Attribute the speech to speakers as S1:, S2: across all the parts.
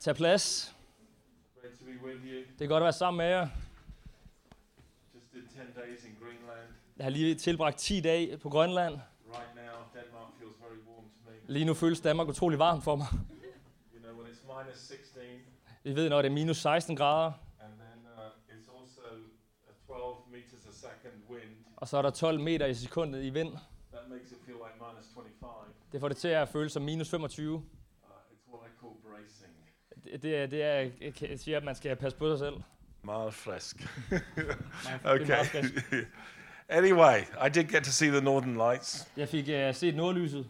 S1: Tag plads.
S2: Great to be with you.
S1: Det er godt at være sammen med jer.
S2: Just did 10 days in Greenland.
S1: Jeg har lige tilbragt 10 dage på Grønland.
S2: Right now, Denmark feels very warm to me.
S1: Lige nu føles Danmark utrolig varmt for mig.
S2: You know, when it's minus 16,
S1: Vi ved, når det er minus 16 grader,
S2: and then uh, it's also a 12 meters a second wind,
S1: og så er der 12 meter i sekundet i vind.
S2: that makes it feel like minus 25.
S1: Det får det til at føles som minus 25.
S2: Uh, it's what I call bracing.
S1: Det, det, er- det er, jeg kan- jeg siger, at man skal passe på sig selv.
S2: Mild frisk.
S1: Man- det er meget
S2: Okay.
S1: frisk.
S2: anyway, I did get to see the Northern Lights,
S1: Jeg fik uh, set nordlyset,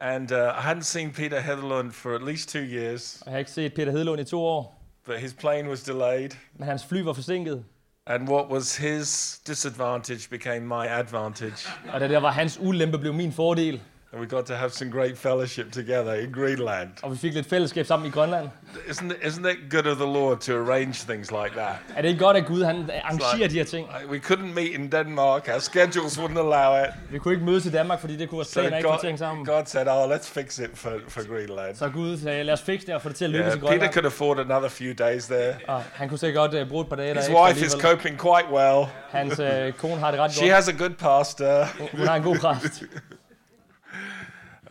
S2: and uh, I hadn't seen Peter Heatherlund for at least two years,
S1: og jeg har ikke set Peter Hedlund i to år.
S2: but his plane was delayed.
S1: Men hans fly var forsinket,
S2: And what was his disadvantage became my advantage.
S1: og da der var hans ulempe, blev min fordel.
S2: And we got to have some great fellowship together in Greenland.
S1: Og vi fik lidt fællesskab sammen i Grønland.
S2: Isn't it, isn't it good of the Lord to arrange things like that?
S1: Er det ikke godt, at Gud han arrangerer de her ting?
S2: Like, we couldn't meet in Denmark, our schedules wouldn't allow it.
S1: Vi kunne ikke mødes i Danmark, fordi det kunne vores planer ikke få til at hænge sammen.
S2: God, God said, Oh, let's fix it for, for Greenland.
S1: Så Gud sagde, lad os fikse det og få det til at lykkes
S2: Yeah,
S1: i
S2: Peter
S1: Grønland.
S2: could afford another few days there.
S1: Og han kunne sikkert godt uh, bruge et par dage der
S2: His
S1: ekstra
S2: wife is
S1: alligevel.
S2: coping quite well.
S1: Hans uh, kone har det ret
S2: She
S1: godt.
S2: has a good pastor.
S1: Hun- Hun har en god præst.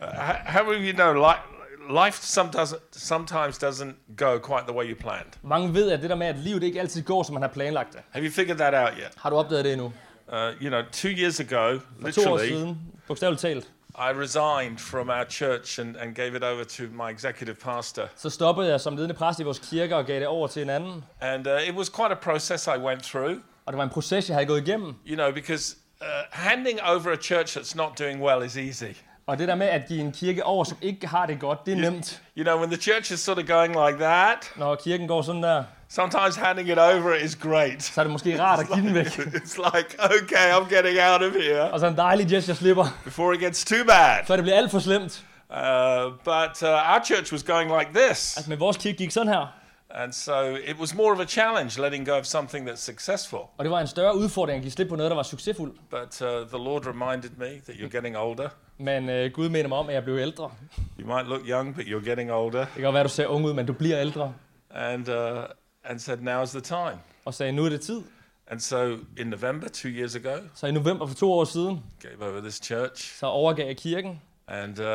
S2: How, how will you know? Life, life sometimes, sometimes doesn't go quite the way you planned.
S1: Mange ved, at det der med, at livet ikke altid går, som man har planlagt det.
S2: Have you figured that out yet?
S1: Har du opdaget det endnu?
S2: Uh, you know, two years ago,
S1: For to år
S2: literally,
S1: siden, bogstaveligt talt,
S2: I resigned from our church and, and gave it over to my executive pastor.
S1: så stoppede jeg som ledende præst i vores kirke og gav det over til en anden.
S2: And uh, it was quite a process I went through,
S1: Og det var en proces, jeg havde gået igennem.
S2: you know, because uh, handing over a church that's not doing well is easy.
S1: Og det der med at give en kirke over, som ikke har det godt, det er nemt.
S2: You know, when the church is sort of going like that,
S1: Når kirken går sådan der,
S2: sometimes handing it over is great.
S1: så er det måske rart at give den væk.
S2: It's like, okay, I'm getting out of here
S1: Og så en dejlig gest, jeg slipper,
S2: before it gets too bad.
S1: før det bliver alt for slemt.
S2: Uh, but uh, our church was going like this.
S1: Altså, men vores kirke gik sådan her.
S2: And so it was more of a challenge letting go of something that's successful.
S1: Og det var en større udfordring at give slip på noget, der var succesfuldt.
S2: But uh, the Lord reminded me that you're getting older.
S1: Men øh, Gud mener mig om, at jeg blev ældre.
S2: You might look young, but you're getting older.
S1: Det kan godt være, du ser ung ud, men du bliver ældre.
S2: And, uh, and said, now's the time.
S1: Og sagde, nu er det tid.
S2: And so in November, two years ago,
S1: Så i november for to år siden,
S2: gave over this church.
S1: så overgav jeg kirken.
S2: And uh,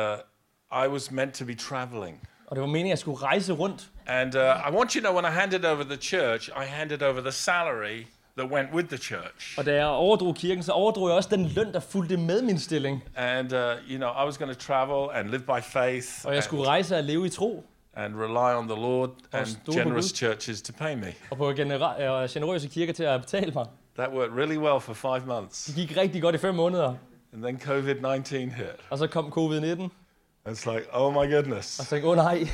S2: I was meant to be traveling.
S1: Og det var meningen, at jeg skulle rejse rundt.
S2: And uh, I want you to know when I handed over the church, I handed over the salary that went with the church.
S1: Og da jeg overdrog kirken, så overdrog jeg også den løn, der fulgte med min stilling.
S2: And, uh, you know, I was going to travel and live by faith
S1: Og jeg
S2: and,
S1: skulle rejse og leve i tro.
S2: and rely on the Lord and
S1: stole på
S2: generous
S1: Gud.
S2: churches to pay me.
S1: Og på genera- øh, generøse kirker til at betale mig.
S2: That worked really well for five months.
S1: Det gik rigtig godt i fem måneder.
S2: And then COVID 19 hit.
S1: Og så kom covid-19.
S2: It's like, oh my
S1: Og
S2: goodness.
S1: så tænkte jeg, åh oh, nej.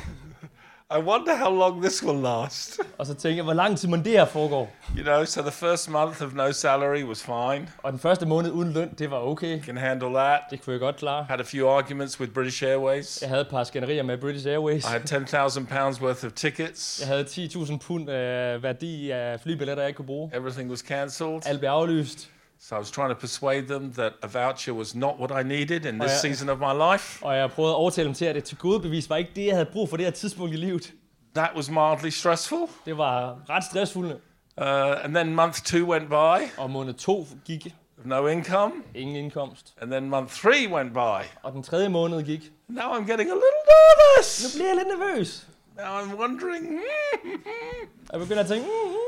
S2: I wonder how long this will last.
S1: Og så tænkte jeg, hvor lang tid må det her foregår?
S2: You know, so the first month of no salary was fine. You
S1: Og den første måned uden løn, det var okay.
S2: can handle that.
S1: Det kunne jeg godt klare.
S2: Had a few arguments with British Airways.
S1: Jeg havde et par skænderier med British Airways.
S2: I had £10,000 worth of
S1: Jeg
S2: tickets.
S1: havde 10.000 pund øh, værdi af flybilletter, jeg ikke kunne bruge.
S2: Everything was cancelled.
S1: Alt blev aflyst,
S2: So I was trying to persuade them that a voucher was not what I needed in this
S1: Oh, yeah.
S2: season of my life.
S1: og jeg prøvede at overtale dem til, at et til gode bevis var ikke det, jeg havde brug for det her tidspunkt i livet.
S2: That was mildly stressful.
S1: Det var ret stressfuldt,
S2: Uh, and then month two went by,
S1: og måned to gik,
S2: no income.
S1: ingen indkomst.
S2: And then month three went by.
S1: Og den tredje måned gik.
S2: Now I'm getting a little
S1: Nu
S2: nervous.
S1: bliver jeg lidt nervøs.
S2: Now I'm wondering. hmm.
S1: Og jeg begynder at tænke, mm, mm.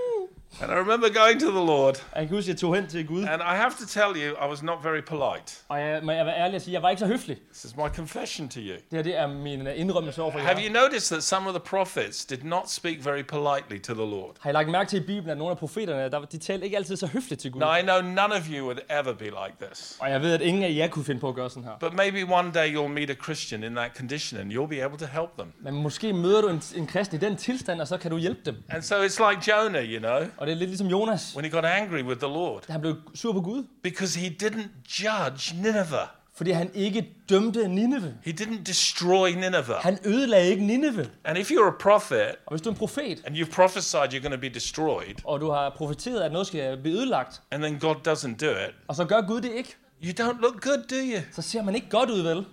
S2: And I remember going to the Lord.
S1: Og jeg kan huske, at jeg tog hen til Gud.
S2: And I have to tell you, I was not very polite.
S1: Og jeg, må jeg være ærlig og sige, at jeg var ikke så høflig.
S2: This is my confession to you.
S1: Det her det er min øh, indrømmelse over for jer.
S2: Have you noticed that some of the prophets did not speak very politely to the Lord?
S1: Har I lagt mærke til i Bibelen, at nogle af profeterne, der, de talte ikke altid så høfligt til Gud?
S2: Now, I know none of you would ever be like this.
S1: Og jeg ved, at ingen af jer kunne finde på at gøre sådan her.
S2: But maybe one day you'll meet a Christian in that condition and you'll be able to help them.
S1: Men måske møder du en, en kristen i den tilstand, og så kan du hjælpe dem.
S2: And so it's like Jonah, you know,
S1: Og det er lidt ligesom Jonas.
S2: when he got angry with the Lord
S1: Han blev sur på Gud,
S2: because he didn't judge Nineveh.
S1: fordi han ikke dømte Nineve.
S2: He didn't destroy Nineveh.
S1: Han ødelagde ikke Nineve.
S2: And if you're a prophet
S1: Og hvis du er en profet,
S2: and you've prophesied you're going to be destroyed
S1: og du har profeteret, at noget skal blive ødelagt,
S2: and then God doesn't do it,
S1: og så gør Gud det ikke,
S2: you don't look good, do you?
S1: så ser man ikke godt ud, vel?
S2: I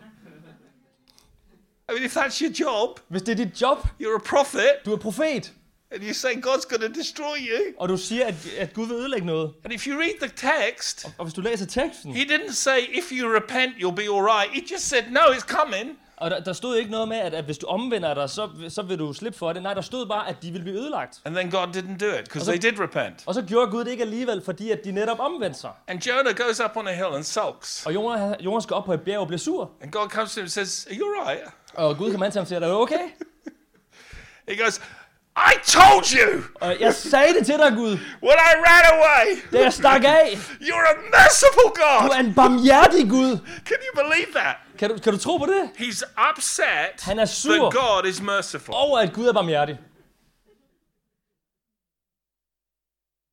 S2: I mean, if that's your job,
S1: Hvis det er dit job,
S2: you're a prophet,
S1: du er profet,
S2: and you say God's going to destroy you.
S1: og du siger, at, at Gud vil ødelægge noget.
S2: And if you read the text,
S1: Og hvis du læser teksten,
S2: he didn't say, if you repent, you'll be all right. He just said, no, it's coming.
S1: og der, der stod ikke noget med, at, at hvis du omvender dig, så, så vil du slippe for det. Nej, der stod bare, at de vil blive ødelagt.
S2: And then God didn't do it because they did repent.
S1: Og så gjorde Gud det ikke alligevel, fordi at de netop omvendte sig.
S2: And Jonah goes up on a hill and sulks.
S1: Og Jonas, Jonas skal op på et bjerg og bliver sur.
S2: And God comes to him and says, Are you all right?
S1: Og Gud kan mand til ham og siger, er du okay?
S2: He goes, I told you
S1: Og jeg sagde det til dig, Gud,
S2: when I ran away.
S1: da jeg stak af.
S2: You're a merciful
S1: Du
S2: God.
S1: er en barmhjertig Gud.
S2: Can you believe that?
S1: Kan du, kan du tro på det?
S2: He's upset
S1: Han er sur
S2: that God is merciful.
S1: over, at Gud er barmhjertig.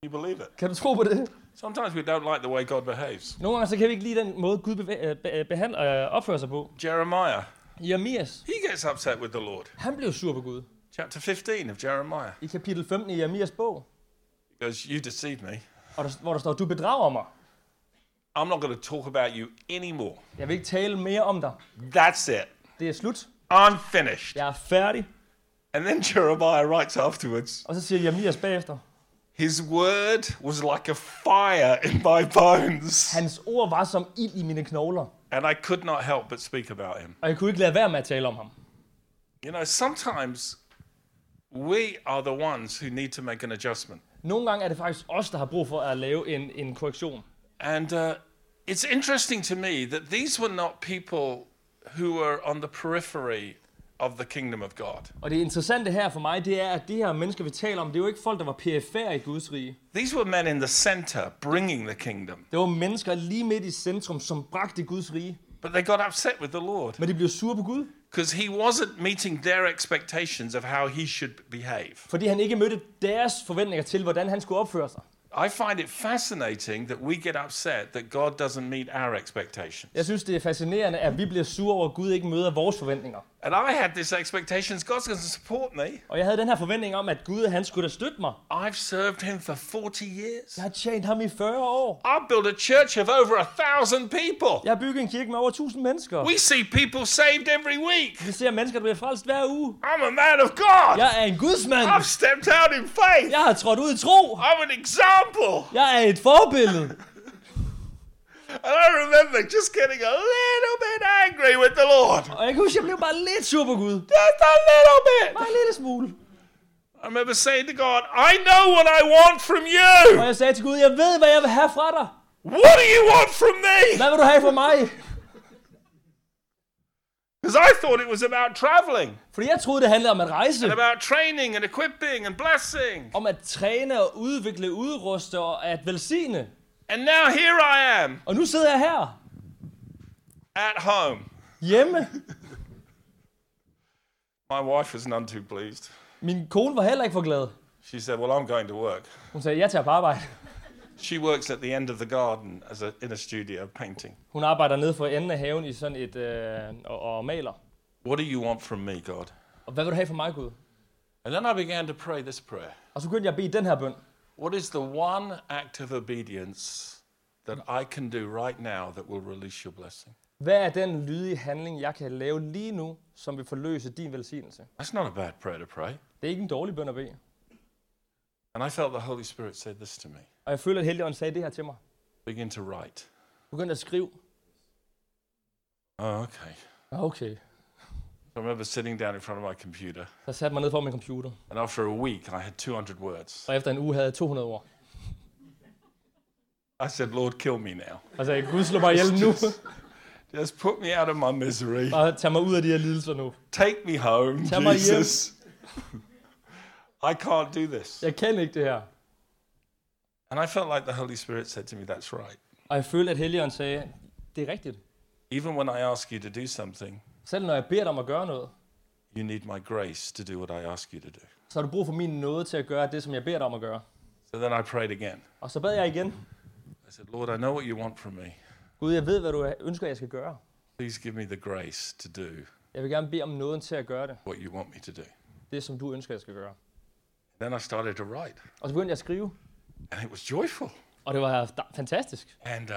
S2: You believe it?
S1: Kan du tro på det?
S2: Sometimes we don't like the way God behaves.
S1: Nogle gange så kan vi ikke lide den måde, Gud bevæ- øh, be- øh, behandler, øh, opfører sig på.
S2: Jeremiah,
S1: Jeremias,
S2: he gets upset with the Lord.
S1: han blev sur på Gud.
S2: Chapter 15 of Jeremiah.
S1: I kapitel 15 i Jeremias bog,
S2: He goes, You deceived me.
S1: og der, hvor der står, du bedrager mig.
S2: I'm not going to talk about you anymore.
S1: Jeg vil ikke tale mere om dig.
S2: That's it.
S1: Det er slut.
S2: I'm finished.
S1: Jeg er færdig.
S2: And then Jeremiah writes afterwards
S1: Og så siger Jeremias bagefter,
S2: His word was like a fire in my bones.
S1: hans ord var som ild i mine knogler,
S2: And I could not help but speak about him.
S1: og jeg kunne ikke lade være med at tale om ham.
S2: You know, sometimes we are the ones who need to make an adjustment.
S1: Nogle gange er det faktisk os, der har brug for at lave en, en korrektion.
S2: And uh, it's interesting to me that these were not people who were on the periphery of the kingdom of God.
S1: Og det interessante her for mig, det er, at de her mennesker, vi taler om, det er jo ikke folk, der var PF'er i Guds rige.
S2: These were men in the center bringing the kingdom,
S1: Det var mennesker lige midt i centrum, som bragte Guds rige.
S2: but they got upset with the Lord
S1: Men de blev sure på Gud,
S2: because he wasn't meeting their expectations of how he should behave.
S1: fordi han ikke mødte deres forventninger til, hvordan han skulle opføre sig.
S2: I find it fascinating that we get upset that God doesn't meet our expectations.
S1: Jeg synes, det er fascinerende, at vi bliver sure over, at Gud ikke møder vores forventninger.
S2: And I had this expectations God's going to support me.
S1: Og jeg havde den her forventning om, at Gud han skulle da støtte mig.
S2: I've served him for 40 years.
S1: Jeg har tjent ham i 40 år.
S2: I've built a church of over a thousand people.
S1: Jeg har bygget en kirke med over 1000 mennesker.
S2: We see people saved every week.
S1: Vi ser mennesker, der bliver frelst hver uge.
S2: I'm a man of God.
S1: Jeg er en gudsmand.
S2: I've stepped out in faith.
S1: Jeg har trådt ud i tro.
S2: I'm an example.
S1: Jeg er et forbillede.
S2: And I remember just getting a little bit angry with the Lord.
S1: Og jeg kan huske, jeg blev bare lidt sur på Gud.
S2: Just a little bit.
S1: Bare en lille smule.
S2: I remember saying to God, I know what I want from
S1: Og
S2: you.
S1: jeg sagde til Gud, jeg ved, hvad jeg vil have fra dig.
S2: What do you want from me?
S1: Hvad vil du have fra mig?
S2: Because I thought it was about traveling,
S1: Fordi jeg troede, det handlede om at rejse.
S2: about training and equipping and blessing.
S1: Om at træne og udvikle, udruste og at velsigne.
S2: And now here I am
S1: Og nu sidder jeg her.
S2: at home.
S1: Hjemme.
S2: My wife was none too pleased.
S1: Min kone var heller ikke for glad.
S2: She said, Well, I'm going to work.
S1: Hun sagde, jeg tager på arbejde.
S2: She works at the end of the garden as a, in a studio painting.
S1: Hun arbejder nede for enden af haven i sådan et, øh, og, og maler.
S2: What do you want from me, God?
S1: Og hvad vil du have for mig, Gud?
S2: And then I began to pray this prayer
S1: Og så begyndte jeg at bede den her bøn.
S2: What is the one act of obedience that I can do right now that will release your blessing?
S1: Hvad er den lydige handling, jeg kan lave lige nu, som vil forløse din velsignelse?
S2: That's not a bad prayer to pray.
S1: Det er ikke en dårlig bøn at bede.
S2: And I felt the Holy Spirit said this to me
S1: Og jeg føler, at Helligånden sagde det her til mig.
S2: begin to write.
S1: Begynd at skrive.
S2: Oh, okay.
S1: "Nå, Okay.
S2: I remember sitting down in front of my computer,
S1: Så satte mig ned foran min computer.
S2: and after a week, I had 200 words.
S1: Og efter en uge havde jeg 200 ord.
S2: I said, Lord, kill me now.
S1: Og sagde, Altså, Gud slå mig ihjel nu.
S2: Just put me out of my misery.
S1: Og tag mig ud af de her lidelser nu.
S2: Take me home,
S1: Tell my
S2: Jesus. I can't do this.
S1: Jeg kan ikke det her.
S2: And I felt like the Holy Spirit said to me, That's right.
S1: Og jeg følte, at Helligånden sagde, det er rigtigt.
S2: Even when I ask you to do something,
S1: Selv når jeg beder dig om at gøre noget,
S2: you need my grace to do what I ask you to do.
S1: så har du brug for min nåde til at gøre det, som jeg beder dig om at gøre.
S2: So then I prayed again.
S1: Og så bad jeg igen.
S2: I said, Lord, I know what you want from me.
S1: Gud, jeg ved, hvad du ønsker, jeg skal gøre.
S2: Please give me the grace to do
S1: Jeg vil gerne bede om nåden til at gøre det.
S2: what you want me to do.
S1: Det, som du ønsker, jeg skal gøre.
S2: Then I started to write,
S1: Og så begyndte jeg at skrive.
S2: and it was joyful.
S1: Og det var da- fantastisk.
S2: And uh,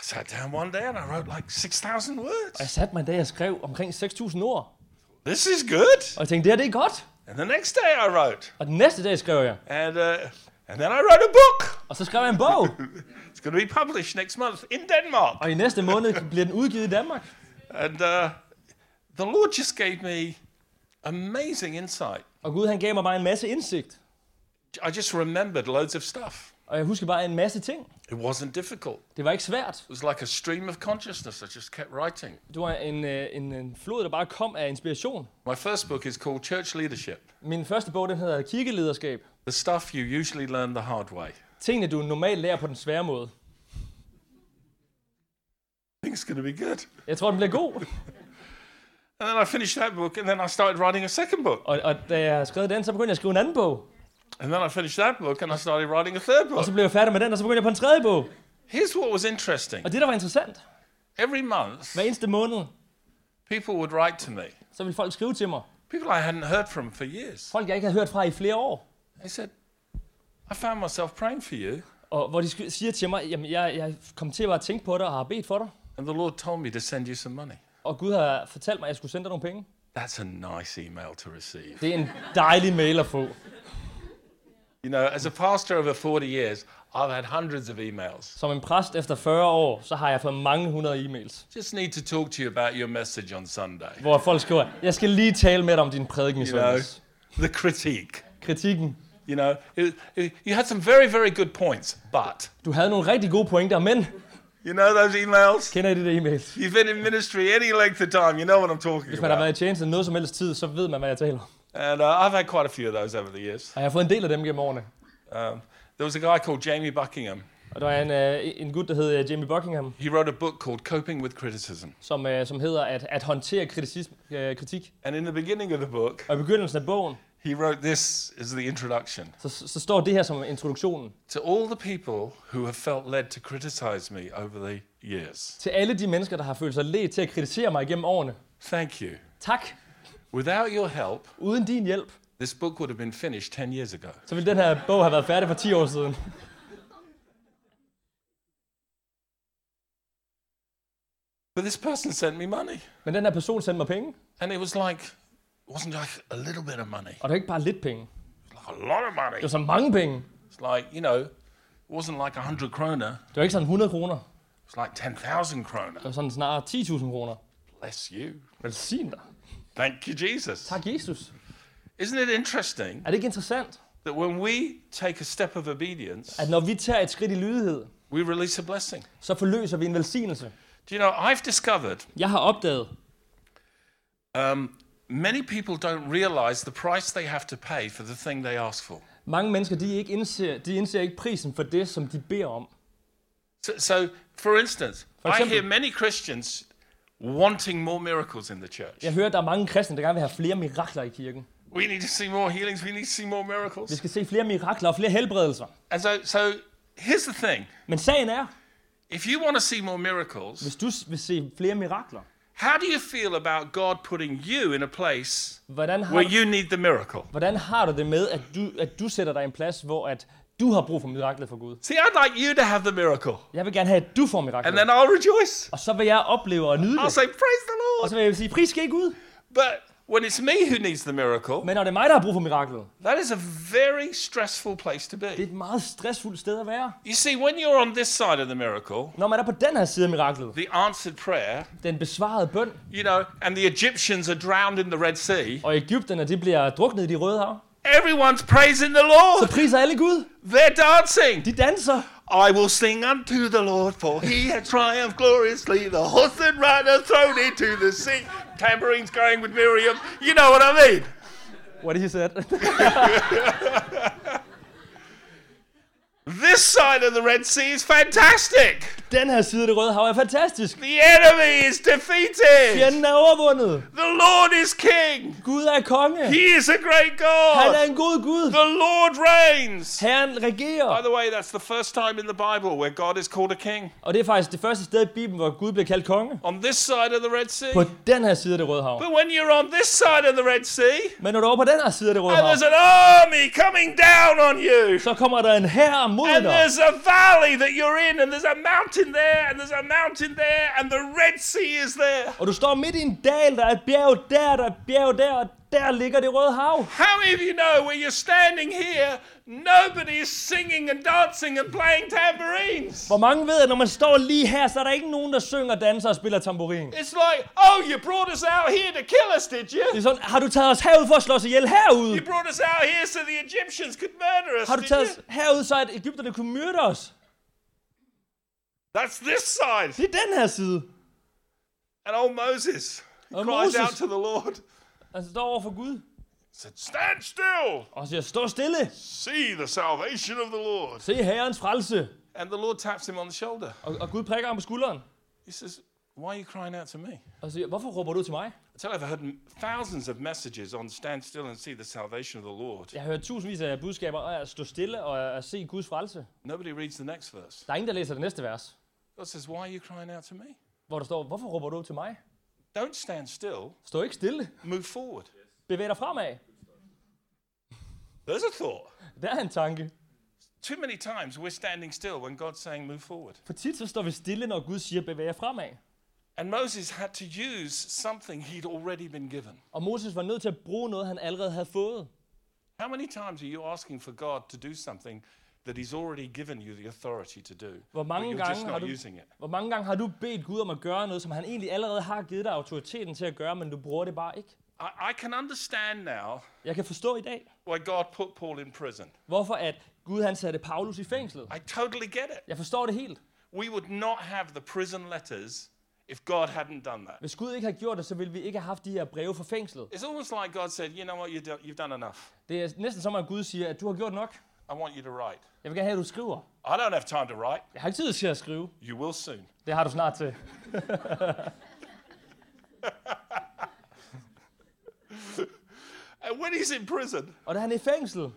S2: I sat down one day and I wrote like 6,000
S1: Og jeg
S2: words.
S1: satte mig en dag og skrev omkring 6.000 ord.
S2: this is good.
S1: Og jeg tænkte, det her det er godt.
S2: And the next day I wrote,
S1: Og den næste dag skrev jeg.
S2: and uh, and then I wrote a book.
S1: Og så skrev jeg en bog.
S2: It's going to be published next month in Denmark.
S1: Og i næste måned bliver den udgivet i Danmark.
S2: And uh, the Lord just gave me amazing insight.
S1: Og Gud han gav mig bare en masse indsigt.
S2: I just remembered loads of stuff.
S1: Og jeg husker bare en masse ting.
S2: It wasn't difficult.
S1: Det var ikke svært.
S2: It was like a stream of consciousness. I just kept writing.
S1: Det var en, øh, en, en flod, der bare kom af inspiration.
S2: My first book is called Church Leadership
S1: Min første bog, den hedder Kirkelederskab.
S2: The Stuff You Usually Learn the Hard Way.
S1: Tingene, du normalt lærer på den svære måde.
S2: I think it's going to be good.
S1: Jeg tror, den bliver god.
S2: And then I finished that book, and then I started writing a second book.
S1: Og, og da jeg havde skrevet den, så begyndte jeg at skrive en anden bog.
S2: And then I finished that book, and I started writing a third
S1: Og
S2: book.
S1: så blev jeg færdig med den, og så begyndte jeg på en tredje bog.
S2: Here's what was interesting
S1: Og det, der var interessant,
S2: every month,
S1: hver eneste måned,
S2: people would write to me,
S1: så ville folk skrive til mig.
S2: people I hadn't heard from for years.
S1: Folk, jeg ikke havde hørt fra i flere år.
S2: They said, I found myself praying for you,
S1: Og hvor de sk- siger til mig, jamen jeg, jeg kom til at bare tænke på dig og har bedt for dig.
S2: and the Lord told me to send you some money.
S1: Og Gud har fortalt mig, at jeg skulle sende dig nogle penge.
S2: That's a nice email to receive.
S1: Det er en dejlig mail at få.
S2: You know, as a pastor over 40 years, I've had hundreds of emails.
S1: Som en præst efter 40 år, så har jeg fået mange hundrede e-mails,
S2: Just need to talk to you about your message on Sunday.
S1: hvor folk skriver, jeg skal lige tale med dig om din prædiken i
S2: You know,
S1: søndags.
S2: the critique.
S1: Kritikken.
S2: You know, it, it, you had some very, very good points, but
S1: Du havde nogle rigtig gode pointer, men
S2: you know those emails.
S1: kender I det der e-mails?
S2: You've been in ministry any length of time, you know what I'm talking
S1: Hvis man har
S2: about.
S1: været i tjeneste noget som helst tid, så ved man, hvad jeg taler om.
S2: And uh, I've had quite a few of those over the years.
S1: Og jeg har fået en del af dem gennem årene.
S2: Um, there was a guy called Jamie Buckingham.
S1: Og der er en, øh, en gut, der hedder Jamie Buckingham,
S2: He wrote a book called Coping with Criticism.
S1: som, øh, som hedder at, at håndtere kritisism, øh, kritik.
S2: And in the beginning of the book,
S1: Og i begyndelsen af bogen,
S2: he wrote this as the introduction
S1: så, så står det her som introduktionen.
S2: to all the people who have felt led to criticize me over the years.
S1: Til alle de mennesker, der har følt sig ledt til at kritisere mig igennem årene.
S2: Thank you.
S1: Tak.
S2: Without your help,
S1: Uden din hjælp,
S2: this book would have been finished 10 years ago.
S1: så ville den her bog have været færdig for 10 år siden.
S2: But this person sent me money.
S1: Men den her person sendte mig penge,
S2: And it was like, it wasn't like a little bit of money,
S1: og det er ikke bare lidt penge.
S2: it was like a lot of money.
S1: Det var så mange penge.
S2: It's like, you know, it wasn't like 100 kroner,
S1: Det var ikke sådan 100 kroner.
S2: it was like 10,000 kroner.
S1: Det var sådan snarere 10.000 kroner.
S2: Bless you.
S1: Velsign dig.
S2: Thank you, Jesus.
S1: Tak, Jesus.
S2: Isn't it interesting
S1: Er det ikke interessant,
S2: that when we take a step of obedience,
S1: at når vi tager et skridt i lydighed,
S2: we release a blessing?
S1: så forløser vi en velsignelse?
S2: Do you know, I've discovered
S1: Jeg har opdaget,
S2: um, many people don't realize the price they have to pay for the thing they ask for.
S1: mange mennesker de ikke indser, de indser ikke prisen for det, som de beder om.
S2: So, so for instance,
S1: For
S2: I
S1: example-
S2: hear many Christians wanting more miracles in the church.
S1: Jeg hører, at der er mange kristne, der gerne vil have flere mirakler i kirken.
S2: We need to see more healings, we need to see more
S1: Vi
S2: miracles.
S1: skal se flere mirakler og flere helbredelser.
S2: And so, so here's the thing
S1: Men sagen er,
S2: if you want to see more miracles,
S1: hvis du s- vil se flere mirakler,
S2: How do you feel about God putting you in a place
S1: hvordan har,
S2: where
S1: du,
S2: you need the miracle?
S1: hvordan har du det med, at du, at du sætter dig i en plads, hvor at du har brug for miraklet fra Gud?
S2: See, I'd like you to have the miracle,
S1: Jeg vil gerne have, at du får miraklet.
S2: and then I'll rejoice.
S1: Og så vil jeg opleve og nyde
S2: I'll
S1: det.
S2: say, Praise the
S1: Og
S2: Lord.
S1: så vil jeg sige, pris skal ikke ud.
S2: But when it's me who needs the miracle,
S1: Men når det er mig, der har brug for miraklet,
S2: that is a very stressful place to
S1: det
S2: be.
S1: er et meget stressfuldt sted at være.
S2: You see, when you're on this side of the miracle,
S1: Når man er på den her side af miraklet,
S2: the answered prayer,
S1: den besvarede bøn,
S2: you know, and the Egyptians are drowned in the Red Sea,
S1: og Ægypterne de bliver druknet i de røde hav,
S2: everyone's praising the
S1: så
S2: Lord.
S1: priser alle Gud.
S2: They're dancing.
S1: De danser.
S2: I will sing unto the Lord, for he had triumphed gloriously. The horse and rider thrown into the sea. Tambourines going with Miriam. You know what I mean.
S1: What he said.
S2: This side of the Red Sea is fantastic.
S1: den her side af det røde hav er fantastisk.
S2: The enemy is defeated.
S1: Fjenden er overvundet.
S2: The Lord is king.
S1: Gud er konge.
S2: He is a great
S1: Han er
S2: God.
S1: en god Gud.
S2: The Lord reigns.
S1: Herren regerer.
S2: By the way, that's the first time in the Bible where God is called a king.
S1: Og det er faktisk det første sted i Bibelen, hvor Gud bliver kaldt konge.
S2: On this side of the Red Sea.
S1: På den her side af det røde hav.
S2: But when you're on this side of the Red Sea,
S1: Men når du er over på den her side af det røde
S2: and
S1: hav,
S2: there's an army coming down on you.
S1: så kommer der en hær moden
S2: And
S1: op.
S2: there's a valley that you're in, and there's a mountain there, and there's a mountain there, and the Red Sea is there.
S1: Og du står midt i en dal, der er et bjerg der, der er et bjerg der, og der ligger det røde hav.
S2: How many of you know where you're standing here, nobody is singing and dancing and playing tambourines?
S1: Hvor mange ved, at når man står lige her, så er der ikke nogen, der synger, danser og spiller tamburin.
S2: It's like, oh, you brought us out here to kill us, did
S1: Det
S2: you?
S1: er sådan, har du taget os herud for at slå os ihjel herude?
S2: You brought us out here so the Egyptians could murder us,
S1: Har du
S2: did
S1: taget
S2: you?
S1: os herud, så at Ægypterne kunne myrde os?
S2: That's this side.
S1: Det er den her side.
S2: And old Moses he
S1: Oh,
S2: cries
S1: Moses.
S2: out to the Lord,
S1: Altså står over for Gud
S2: said, Stand still,
S1: og siger, stå stille.
S2: see the salvation of the Lord.
S1: Se herrens frelse.
S2: And the Lord taps him on the shoulder.
S1: Og, og Gud prikker ham på skulderen
S2: He says, Why are you crying out to me?
S1: og siger, hvorfor råber du til mig?
S2: I tell you, I've heard m- thousands of messages on stand still and see the salvation of the Lord.
S1: Jeg har hørt tusindvis af budskaber om at stå stille og at se Guds frelse.
S2: Nobody reads the next verse.
S1: Der er ingen, der læser det næste vers,
S2: God says, Why are you crying out to me?
S1: hvor der står, hvorfor råber du til mig?
S2: Don't stand still,
S1: Stå ikke stille.
S2: move forward.
S1: Bevæg dig fremad.
S2: There's a thought.
S1: Der er en tanke.
S2: Too many times we're standing still when God's saying, Move forward.
S1: For tit så står vi stille, når Gud siger, bevæg jer fremad.
S2: And Moses had to use something he'd already been given.
S1: Og Moses var nødt til at bruge noget, han allerede havde fået.
S2: How many times are you asking for God to do something that He's already given you the authority to do?
S1: Hvor mange
S2: but you're
S1: gange
S2: just
S1: har
S2: not
S1: du-
S2: using it.
S1: Hvor mange gange har du bedt Gud om at gøre noget, som han egentlig allerede har givet dig autoriteten til at gøre, men du bruger det bare ikke?
S2: I, I can understand now
S1: Jeg kan forstå i dag,
S2: why God put Paul in prison.
S1: hvorfor at Gud han satte Paulus i fængslet.
S2: I totally get it.
S1: Jeg forstår det helt.
S2: We would not have the prison letters if God hadn't done that.
S1: Hvis Gud ikke havde gjort det, så ville vi ikke have haft de her breve fra fængslet.
S2: It's almost like God said, You know what? You do, you've done enough.
S1: Det er næsten som, at Gud siger, at du har gjort nok.
S2: I want you to write.
S1: Jeg vil gerne have, at du skriver.
S2: I don't have time to write.
S1: Jeg har ikke tid til at skrive.
S2: You will soon.
S1: Det har du snart til.
S2: And when he's in prison,
S1: Og da han er i fængsel,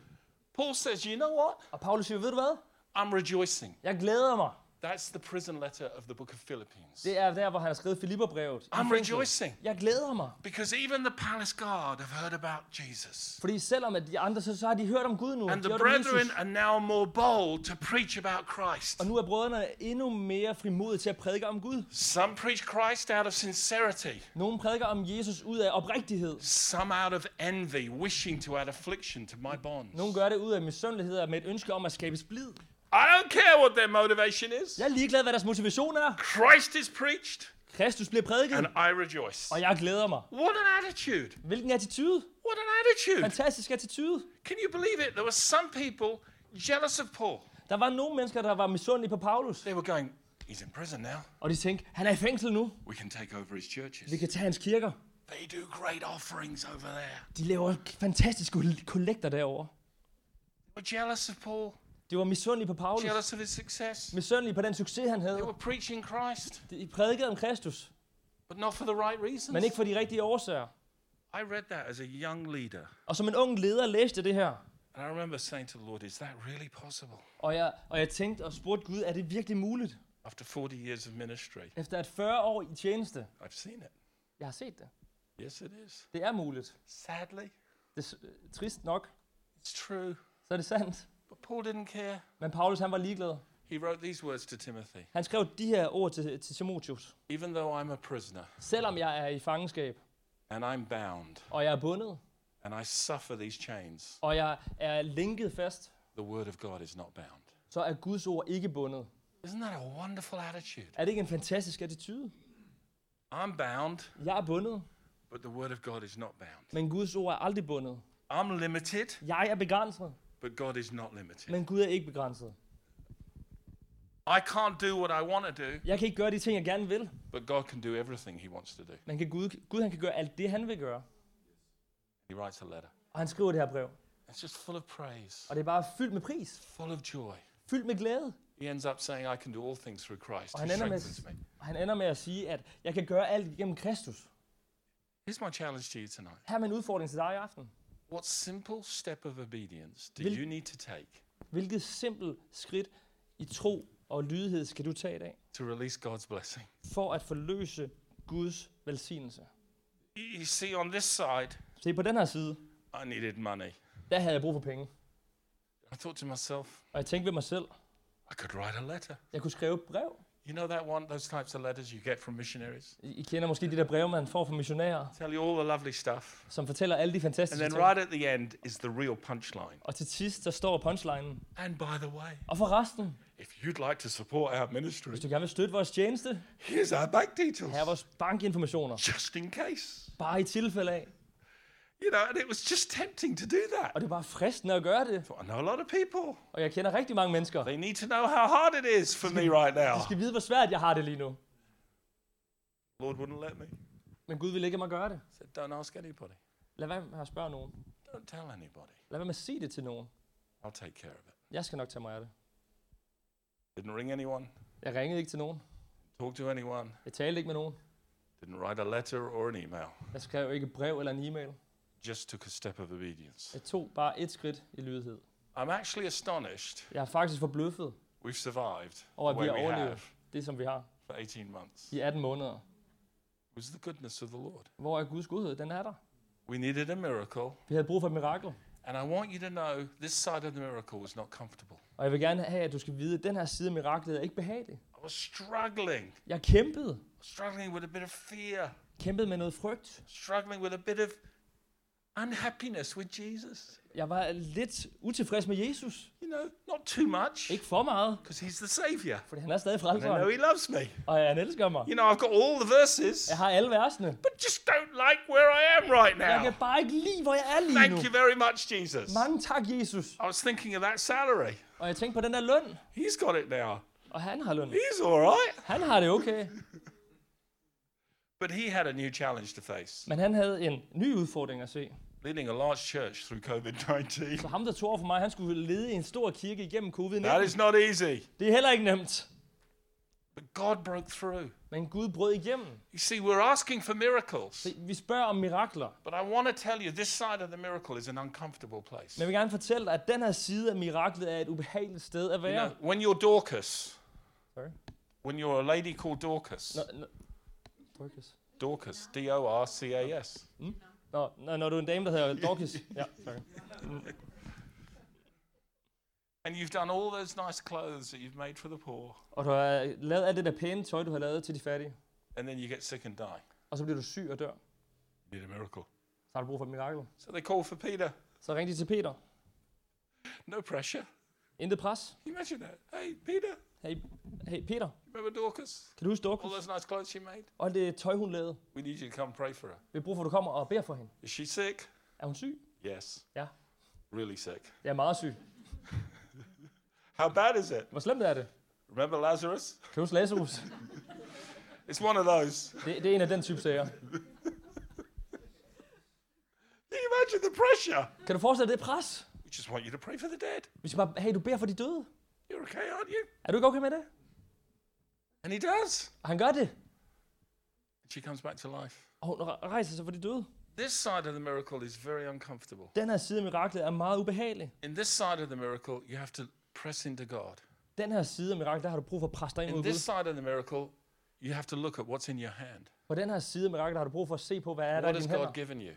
S2: Paul says, You know what?
S1: og Paulus siger, ved du hvad?
S2: I'm rejoicing.
S1: Jeg glæder mig.
S2: That's the prison letter of the book of Philippines.
S1: Det er der, hvor han har skrevet Filipperbrevet. I
S2: I'm
S1: fængslet.
S2: rejoicing.
S1: Jeg glæder mig.
S2: Because even the palace guard have heard about Jesus.
S1: Fordi selvom at de andre, så, så har de hørt om Gud nu.
S2: And
S1: de
S2: the
S1: har hørt om Jesus.
S2: brethren are now more bold to preach about Christ.
S1: Og nu er brødrene endnu mere frimodige til at prædike om Gud.
S2: Some preach Christ out of sincerity,
S1: Nogle prædiker om Jesus ud af oprigtighed.
S2: some out of envy, wishing to add affliction to my bonds.
S1: Nogle gør det ud af misundelighed og med et ønske om at skabe splid.
S2: I don't care what their motivation is.
S1: Jeg er ligeglad, hvad deres motivation er.
S2: Christ is preached,
S1: Kristus bliver prædiket,
S2: and I rejoice.
S1: og jeg glæder mig.
S2: What an attitude!
S1: Hvilken attitude?
S2: What an attitude!
S1: Fantastisk attitude.
S2: Can you believe it? There were some people jealous of Paul.
S1: Der var nogle mennesker, der var misundelige på Paulus,
S2: They were going, He's in prison now.
S1: og de tænkte, han er i fængsel nu.
S2: We can take over his
S1: Vi
S2: churches.
S1: kan tage hans kirker.
S2: They do great offerings over there.
S1: De laver fantastiske kol- kollekter derovre.
S2: were jealous of Paul,
S1: De var misundelige på Paulus.
S2: jealous of his success.
S1: Misundelige på den succes, han havde.
S2: They were preaching Christ,
S1: De prædikede om Kristus,
S2: but not for the right reasons.
S1: men ikke for de rigtige årsager.
S2: I read that as a young leader,
S1: Og som en ung leder læste jeg det her,
S2: and I remember saying to the Lord, Is that really possible?
S1: og jeg, og jeg tænkte og spurgte Gud, er det virkelig muligt?
S2: After 40 years of ministry,
S1: Efter at 40 år i tjeneste,
S2: I've seen it.
S1: jeg har set det.
S2: Yes, it is.
S1: Det er muligt.
S2: Sadly,
S1: Det er s- trist nok,
S2: it's true.
S1: så er det sandt.
S2: But Paul didn't care.
S1: Men Paulus han var ligeglad.
S2: He wrote these words to Timothy
S1: Han skrev de her ord til, til Timotius.
S2: Even though I'm a prisoner,
S1: Selvom jeg er i fangenskab,
S2: and I'm bound,
S1: og jeg er bundet,
S2: and I suffer these chains,
S1: og jeg er linket fast,
S2: the word of God is not bound.
S1: så er Guds ord ikke bundet.
S2: Isn't that a wonderful attitude?
S1: Er det ikke en fantastisk attitude?
S2: I'm bound,
S1: Jeg er bundet,
S2: but the word of God is not bound.
S1: men Guds ord er aldrig bundet.
S2: I'm limited,
S1: Jeg er begrænset,
S2: but God is not limited.
S1: men Gud er ikke begrænset.
S2: I can't do what I want to do,
S1: Jeg kan ikke gøre de ting, jeg gerne vil,
S2: but God can do everything He wants to do.
S1: men kan Gud, Gud han kan gøre alt det, han vil gøre.
S2: He writes a letter.
S1: Og han skriver det her brev,
S2: It's just full of praise,
S1: og det er bare fyldt med pris,
S2: full of joy.
S1: fyldt med glæde.
S2: He ends up saying, I can do all things through Christ
S1: Og
S2: who
S1: han ender, med,
S2: strengthens me.
S1: og han ender med at sige, at jeg kan gøre alt gennem Kristus.
S2: Here's my challenge to you tonight.
S1: Her er min udfordring til dig i aften.
S2: What simple step of obedience do
S1: Vil-
S2: you need to take
S1: Hvilket simpelt skridt i tro og lydighed skal du tage i dag,
S2: to release God's blessing?
S1: for at forløse Guds velsignelse?
S2: You you see, on this side,
S1: Se, på den her side,
S2: I needed money.
S1: der havde jeg brug for penge.
S2: I thought to myself,
S1: Og jeg tænkte ved mig selv,
S2: I could write a letter.
S1: jeg kunne skrive et brev.
S2: You know that one, those types of letters you get from missionaries?
S1: I I kender måske de der breve, man får fra missionærer,
S2: Tell you all the lovely stuff.
S1: som fortæller alle de
S2: And
S1: fantastiske
S2: then
S1: ting.
S2: right at the end is the real punchline.
S1: Og til sidst, der står punchlinen.
S2: And by the way,
S1: Og for resten,
S2: if you'd like to support our ministry,
S1: hvis du gerne vil støtte vores tjeneste,
S2: here's our bank
S1: her er
S2: details.
S1: vores bankinformationer.
S2: Just in case.
S1: Bare i tilfælde af.
S2: You know, and it was just tempting to do that.
S1: Og det er bare fristende at gøre det.
S2: I know a lot of people.
S1: Og jeg kender rigtig mange mennesker.
S2: They need to know how hard it is for me right
S1: Jeg
S2: now.
S1: skal vide, hvor svært jeg har det lige nu.
S2: Lord wouldn't let me.
S1: Men Gud vil ikke at mig gøre det.
S2: He said, Don't ask anybody.
S1: Lad være med at spørge nogen.
S2: Don't tell anybody.
S1: Lad være med at sige det til nogen.
S2: I'll take care of it.
S1: Jeg skal nok tage mig af det.
S2: Didn't ring anyone,
S1: Jeg ringede ikke til nogen.
S2: talk to anyone,
S1: Jeg talte ikke med nogen.
S2: didn't write a letter or an email.
S1: Jeg skrev ikke et brev eller en e-mail.
S2: Just took a step of obedience.
S1: Jeg tog bare et skridt i lydighed.
S2: I'm actually astonished
S1: Jeg er faktisk forbløffet
S2: we've survived
S1: over,
S2: the
S1: Oh, at vi
S2: way
S1: har
S2: we
S1: overlevet
S2: have
S1: det, som vi har
S2: for 18 months.
S1: i 18 måneder.
S2: It was the goodness of the Lord.
S1: Hvor er Guds godhed? Den er der.
S2: We needed a miracle,
S1: Vi havde brug for et mirakel.
S2: and I want you to know this side of the miracle was not comfortable.
S1: Og jeg vil gerne have, at du skal vide, at den her side af miraklet er ikke behagelig.
S2: I was struggling,
S1: Jeg kæmpede.
S2: struggling with a bit of fear,
S1: Kæmpede med noget frygt.
S2: struggling with a bit of unhappiness with Jesus.
S1: Jeg var lidt utilfreds med Jesus.
S2: You know, not too much,
S1: Ikke for meget,
S2: because he's the Savior.
S1: fordi han er stadig
S2: And I know
S1: frelseren.
S2: he loves me.
S1: Og han elsker mig.
S2: You know, I've got all the verses,
S1: Jeg har alle versene.
S2: but just don't like where I am right
S1: Jeg
S2: now.
S1: kan bare ikke lide, hvor jeg er lige nu.
S2: Thank you very much, Jesus.
S1: Mange tak, Jesus.
S2: I was thinking of that salary.
S1: Og jeg tænkte på den der løn.
S2: He's got it now.
S1: Og han har løn.
S2: He's all right.
S1: Han har det okay.
S2: But he had a new challenge to face
S1: Men han havde en ny udfordring at se.
S2: leading a large church through COVID 19.
S1: Så ham, der tog over for mig, han skulle lede en stor kirke igennem covid-19.
S2: That is not easy.
S1: Det er heller ikke nemt.
S2: But God broke through.
S1: Men Gud brød igennem.
S2: You see, we're asking for miracles.
S1: Se, Vi spørger om mirakler.
S2: But I want to tell you, this side of the miracle is an uncomfortable place.
S1: Men jeg vil gerne fortælle dig, at den her side af miraklet er et ubehageligt sted at
S2: You
S1: være.
S2: know, when you're Dorcas,
S1: Sorry.
S2: when you're a lady called Dorcas,
S1: Nå, nå, Dorcas.
S2: Dorcas, D O R C A S.
S1: Nå, nå, når du er en dame, der hedder Dorcas. Ja, sorry.
S2: And you've done all those nice clothes that you've made for the poor,
S1: Og du har lavet alt det der pæne tøj, du har lavet til de fattige.
S2: and then you get sick and die.
S1: Og så bliver du syg og dør.
S2: You need a miracle.
S1: Så har du brug for et mirakel.
S2: So they call for Peter.
S1: Så ring de til Peter.
S2: No pressure.
S1: Intet pres.
S2: Can you imagine that? Hey, Peter,
S1: Hey, hey Peter,
S2: remember Dorcas?
S1: kan du huske
S2: All
S1: Dorcas?
S2: those nice clothes she made?
S1: Og alt det tøj, hun lavede.
S2: We need you to come pray for her.
S1: Vi har brug for, at du kommer og beder for hende.
S2: Is she sick?
S1: Er hun syg?
S2: Yes.
S1: Ja.
S2: Really sick.
S1: Jeg er meget syg.
S2: How bad is it?
S1: Hvor slemt er det?
S2: Remember Lazarus?
S1: Kan du huske Lazarus?
S2: It's one of those.
S1: Det, det er en af den type sager.
S2: Can you imagine the pressure?
S1: Kan du forestille dig det pres?
S2: We just want you to pray for the dead.
S1: Vi skal bare, hey, du beder for de døde.
S2: You're okay, aren't you?
S1: Er du ikke okay med det?
S2: And he does.
S1: Og han gør det.
S2: And she comes back to life.
S1: Og hun re- rejser sig for de døde.
S2: This side of the miracle is very uncomfortable.
S1: Den her side af miraklet er meget ubehagelig.
S2: In this side of the miracle, you have to press into God.
S1: Den her side af miraklet, der har du brug for at presse dig ind
S2: In
S1: mod
S2: this
S1: Gud.
S2: side of the miracle, you have to look at what's in your hand.
S1: På den her side af miraklet har du brug for at se på, hvad er der
S2: What
S1: i
S2: has
S1: dine
S2: God
S1: hænder.
S2: given you?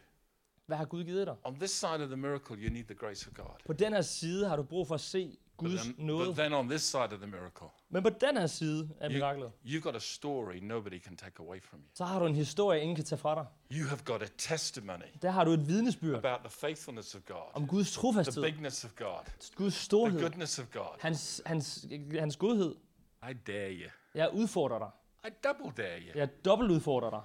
S1: Hvad har Gud givet dig?
S2: On this side of the miracle, you need the grace of God.
S1: På den her side har du brug for at se
S2: But
S1: Guds
S2: then,
S1: nåde.
S2: but then on this side of the miracle,
S1: Men på den her side af
S2: you,
S1: miraklet,
S2: you've got a story nobody can take away from you.
S1: så har du en historie, ingen kan tage fra dig.
S2: You have got a testimony
S1: Der har du et vidnesbyrd
S2: about the faithfulness of God,
S1: om Guds
S2: the
S1: trofasthed,
S2: bigness of God,
S1: Guds
S2: the
S1: storhed,
S2: goodness of God.
S1: hans, hans, hans godhed.
S2: I dare you.
S1: Jeg udfordrer dig.
S2: I double dare you.
S1: Jeg dobbelt udfordrer dig.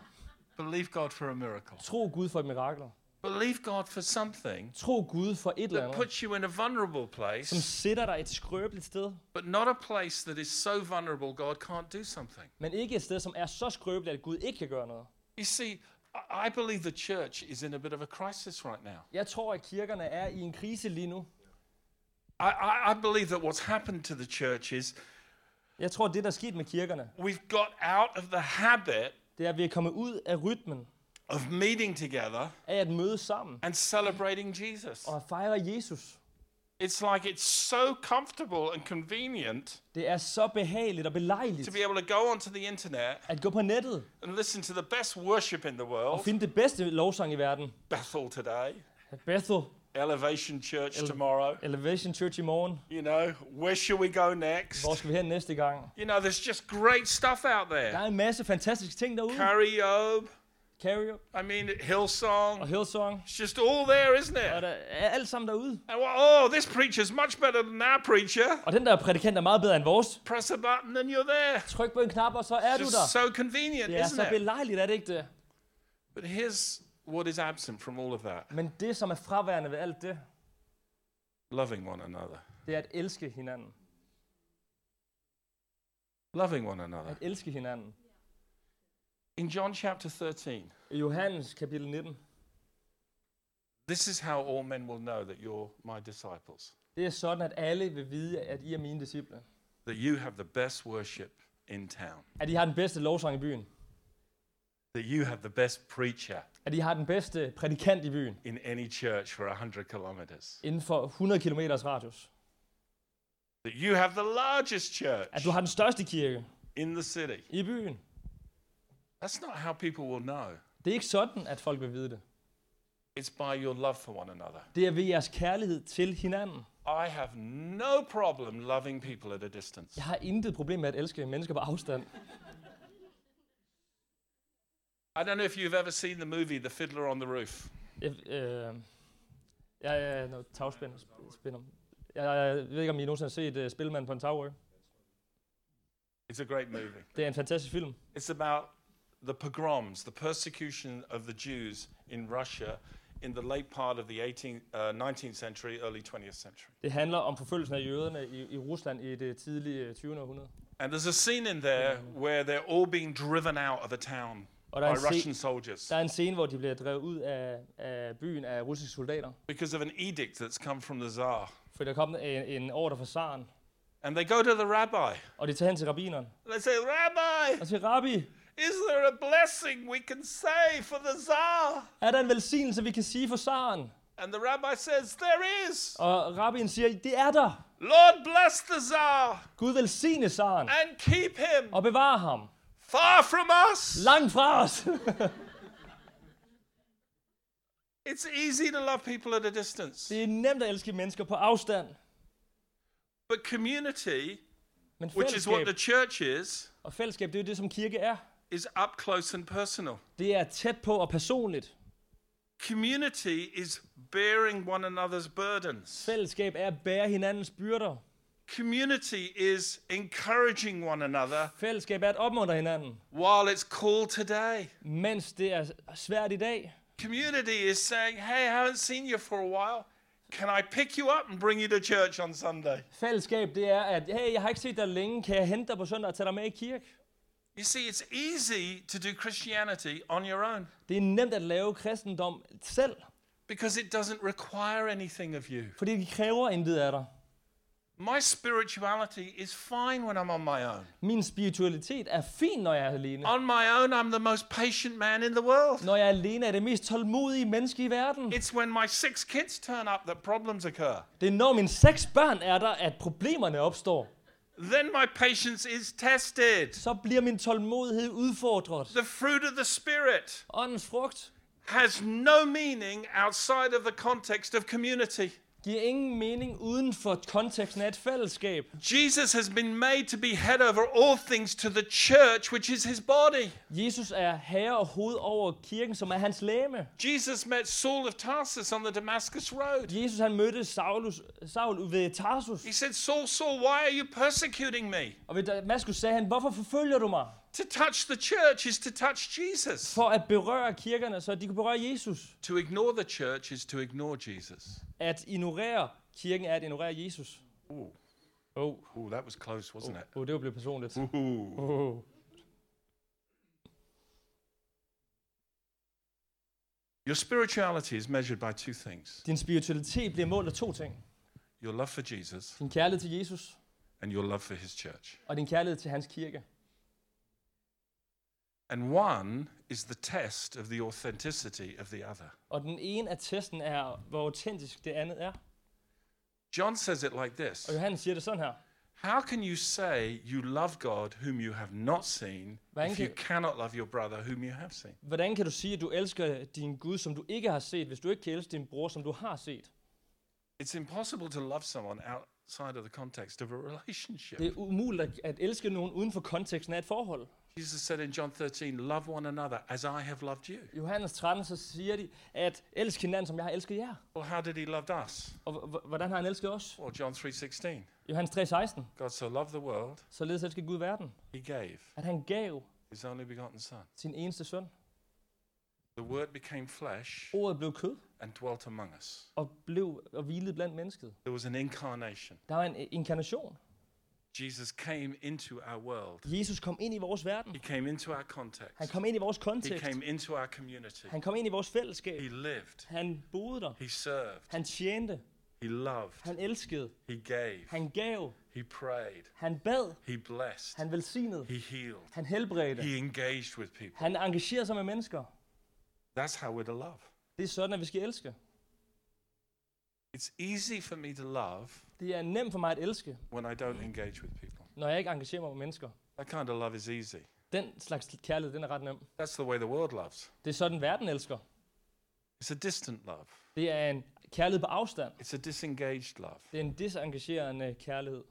S2: Believe God for a miracle.
S1: Tro Gud for et mirakel.
S2: Believe God for something
S1: Tro Gud for et eller
S2: that
S1: andet,
S2: puts you in a vulnerable
S1: som
S2: place,
S1: sætter dig et skrøbeligt sted,
S2: but not a place that is so vulnerable God can't do something.
S1: men ikke et sted, som er så skrøbeligt, at Gud ikke kan gøre noget.
S2: You see, I- I believe the church is in a bit of a crisis right now.
S1: Jeg tror, at kirkerne er i en krise lige nu.
S2: I, I, I believe that what's happened to the church is
S1: Jeg tror, det, der er sket med kirkerne,
S2: we've got out of the habit
S1: det er, at vi er kommet ud af rytmen
S2: of meeting together
S1: af at mødes sammen
S2: and celebrating Jesus.
S1: og at fejre Jesus.
S2: It's like it's so comfortable and convenient
S1: Det er så behageligt og belejligt
S2: to be able to go onto the internet
S1: at gå på nettet
S2: and listen to the best worship in the
S1: og
S2: world,
S1: finde det bedste lovsang i verden.
S2: Bethel today,
S1: Bethel
S2: Elevation Church tomorrow.
S1: Elevation Church i morgen.
S2: You know, where should we go next?
S1: Hvor skal vi hen næste gang?
S2: You know, there's just great stuff out
S1: Der
S2: there.
S1: er en masse fantastiske ting derude.
S2: Carrie Obe,
S1: Carrier
S2: I mean, Hillsong.
S1: og Hillsong.
S2: It's just all there, isn't
S1: Og
S2: it?
S1: der er alt sammen derude.
S2: And well, oh, this preacher's much better than our preacher.
S1: Og den der prædikant er meget bedre end vores.
S2: Press a button and you're there.
S1: Tryk på en knap, og så er du der.
S2: Just so convenient,
S1: Det er
S2: isn't
S1: så
S2: it?
S1: belejligt, er det ikke det?
S2: But here's what is absent from all of that
S1: Men det, som er fraværende ved alt det,
S2: loving one another.
S1: det er at elske hinanden.
S2: Loving one another.
S1: At elske hinanden.
S2: In John chapter 13,
S1: I Johannes kapitel 19,
S2: this is how all men will know that you're my disciples,
S1: det er sådan, at alle vil vide, at I er mine disciple.
S2: that you have the best worship in town,
S1: At I har den bedste lovsang i byen.
S2: that you have the best preacher
S1: At I har den bedste prædikant i byen.
S2: in any church for 100 kilometers,
S1: Inden for 100 km radius.
S2: that you have the largest church
S1: At du har den største kirke
S2: in the city.
S1: i byen.
S2: That's not how people will know.
S1: Det er ikke sådan, at folk vil vide det.
S2: It's by your love for one another.
S1: Det er ved jeres kærlighed til hinanden.
S2: I have no problem loving people at a distance.
S1: Jeg har intet problem med at elske mennesker på afstand.
S2: I don't know if you've ever seen the movie The Fiddler on the Roof.
S1: Jeg, øh, jeg er noget tagspænder. Spænder. Jeg, jeg ved ikke, om I nogensinde har set uh, Spillemanden på en tagryg.
S2: It's a great movie.
S1: Det er en fantastisk film.
S2: It's about the pogroms, the persecution of the Jews in Russia in the late part of the 18th, uh, 19th century, early 20th century.
S1: Det handler om forfølgelsen af jøderne i, i Rusland i det tidlige øh, 20. århundrede.
S2: And there's a scene in there where they're all being driven out of a town
S1: Og der er,
S2: by
S1: en
S2: Russian
S1: scene,
S2: soldiers
S1: der er en scene, hvor de bliver drevet ud af, af byen af russiske soldater.
S2: because of an edict that's come from the Tsar.
S1: For der kom en, en ordre fra zaren.
S2: And they go to the rabbi
S1: Og de tager hen til rabbineren.
S2: and they say, Rabbi,
S1: Og siger, Rabbi,
S2: is there a blessing we can say for the Tsar?
S1: er der en velsignelse, vi kan sige for zaren?
S2: And the rabbi says, There is.
S1: Og rabbinen siger, det er der.
S2: Lord bless the Tsar
S1: Gud velsigne zaren
S2: and keep him
S1: og bevare ham.
S2: far from us.
S1: Langt fra os!
S2: It's easy to love people at a distance,
S1: Det er nemt at elske mennesker på afstand.
S2: but community,
S1: Men
S2: which is what
S1: fællesskab,
S2: the church is,
S1: og fællesskab, det er jo det, som kirke er.
S2: is up close and personal.
S1: Det er tæt på og personligt.
S2: Community is bearing one another's burdens.
S1: Fællesskab er at bære hinandens byrder.
S2: Community is encouraging one another
S1: Fællesskab er at opmuntre hinanden,
S2: while it's cool today.
S1: mens det er svært i dag.
S2: Community is saying, Hey, I haven't seen you for a while. Can I pick you up and bring you to church on Sunday?
S1: Fællesskab, det er, at hey, jeg har ikke set dig længe, kan jeg hente dig på søndag og tage dig med i kirke?
S2: You see, it's easy to do Christianity on your own
S1: Det er nemt at lave kristendom selv,
S2: because it doesn't require anything of you.
S1: fordi det kræver intet af dig.
S2: My spirituality is fine when I'm on my own.
S1: Min spiritualitet er fin, når jeg er alene.
S2: On my own, I'm the most patient man in the world.
S1: Når jeg er alene, er jeg det mest tålmodige menneske i verden.
S2: It's when my six kids turn up that problems occur.
S1: Det er når mine seks børn er der, at problemerne opstår.
S2: Then my patience is tested.
S1: Så bliver min tålmodighed udfordret.
S2: The fruit of the Spirit
S1: Åndens frugt
S2: has no meaning outside of the context of community.
S1: giver ingen mening uden for konteksten af et fællesskab.
S2: Jesus has been made to be head over all things to the church, which is his body.
S1: Jesus er herre og hoved over kirken, som er hans læme.
S2: Jesus met Saul of Tarsus on the Damascus Road.
S1: Jesus han mødte Saulus, Saul ved Tarsus,
S2: He said, Saul, Saul, why are you persecuting me?
S1: og ved Damaskus sagde han, hvorfor forfølger du mig?
S2: To touch the church is to touch Jesus.
S1: For at berøre kirkerne, så de kunne berøre Jesus.
S2: To ignore the church is to ignore Jesus.
S1: At ignorere kirken er at ignorere Jesus.
S2: Ooh.
S1: Oh,
S2: Ooh, that was close, wasn't it?
S1: oh det var blevet personligt.
S2: Ooh.
S1: Oh.
S2: Your spirituality is measured by two things
S1: Din spiritualitet bliver målt af to ting.
S2: your love for Jesus
S1: Din kærlighed til Jesus,
S2: and your love for his church.
S1: og din kærlighed til hans kirke.
S2: And one is the test of the authenticity of the other.
S1: Og den ene af testen er, hvor autentisk det andet er.
S2: John says it like this
S1: Og Johannes siger det sådan her.
S2: How can you say you love God whom you have not seen if
S1: Thank
S2: you
S1: you.
S2: cannot love your brother whom you have seen?
S1: Hvordan kan du sige, at du elsker din Gud, som du ikke har set, hvis du ikke kan elske din bror, som du har set?
S2: It's impossible to love someone outside of the context of a relationship.
S1: Det er umuligt at, at elske nogen uden for konteksten af et forhold.
S2: Jesus said in John 13, Love one another as I have loved you.
S1: I Johannes 13, så siger de, at elsk hinanden, som jeg har elsket jer.
S2: Well, how did he love us?
S1: Og h- h- hvordan har han elsket os?
S2: Well, John 3:16.
S1: Johannes 3, 16.
S2: God so loved the world,
S1: Således elsker Gud verden,
S2: he gave
S1: at han gav
S2: his only begotten son.
S1: sin eneste søn.
S2: The word became flesh
S1: Ordet blev kød
S2: and dwelt among us.
S1: og blev og hvilede blandt mennesket.
S2: There was an incarnation.
S1: Der var en øh, inkarnation.
S2: Jesus came into our world.
S1: Jesus kom ind i vores verden.
S2: He came into our context.
S1: Han kom ind i vores
S2: He
S1: kontekst.
S2: came into our community.
S1: Han kom ind i vores fællesskab.
S2: He lived.
S1: Han boede der.
S2: He served.
S1: Han tjente.
S2: He loved.
S1: Han elskede.
S2: He gave.
S1: Han gav.
S2: He prayed.
S1: Han bad.
S2: He blessed.
S1: Han velsignede.
S2: He healed.
S1: Han helbredte.
S2: He engaged with people.
S1: Han engagerer sig med mennesker.
S2: That's how we're to love.
S1: Det er sådan, at vi skal elske.
S2: It's easy for me to love
S1: Det er nemt for mig at elske,
S2: when I don't engage with people.
S1: når jeg ikke engagerer mig med mennesker.
S2: That kind of love is easy.
S1: Den slags kærlighed, den er ret nem.
S2: That's the way the world loves.
S1: Det er sådan, verden elsker.
S2: It's a distant love.
S1: Det er en kærlighed på afstand.
S2: It's a disengaged love.
S1: Det er en disengagerende kærlighed.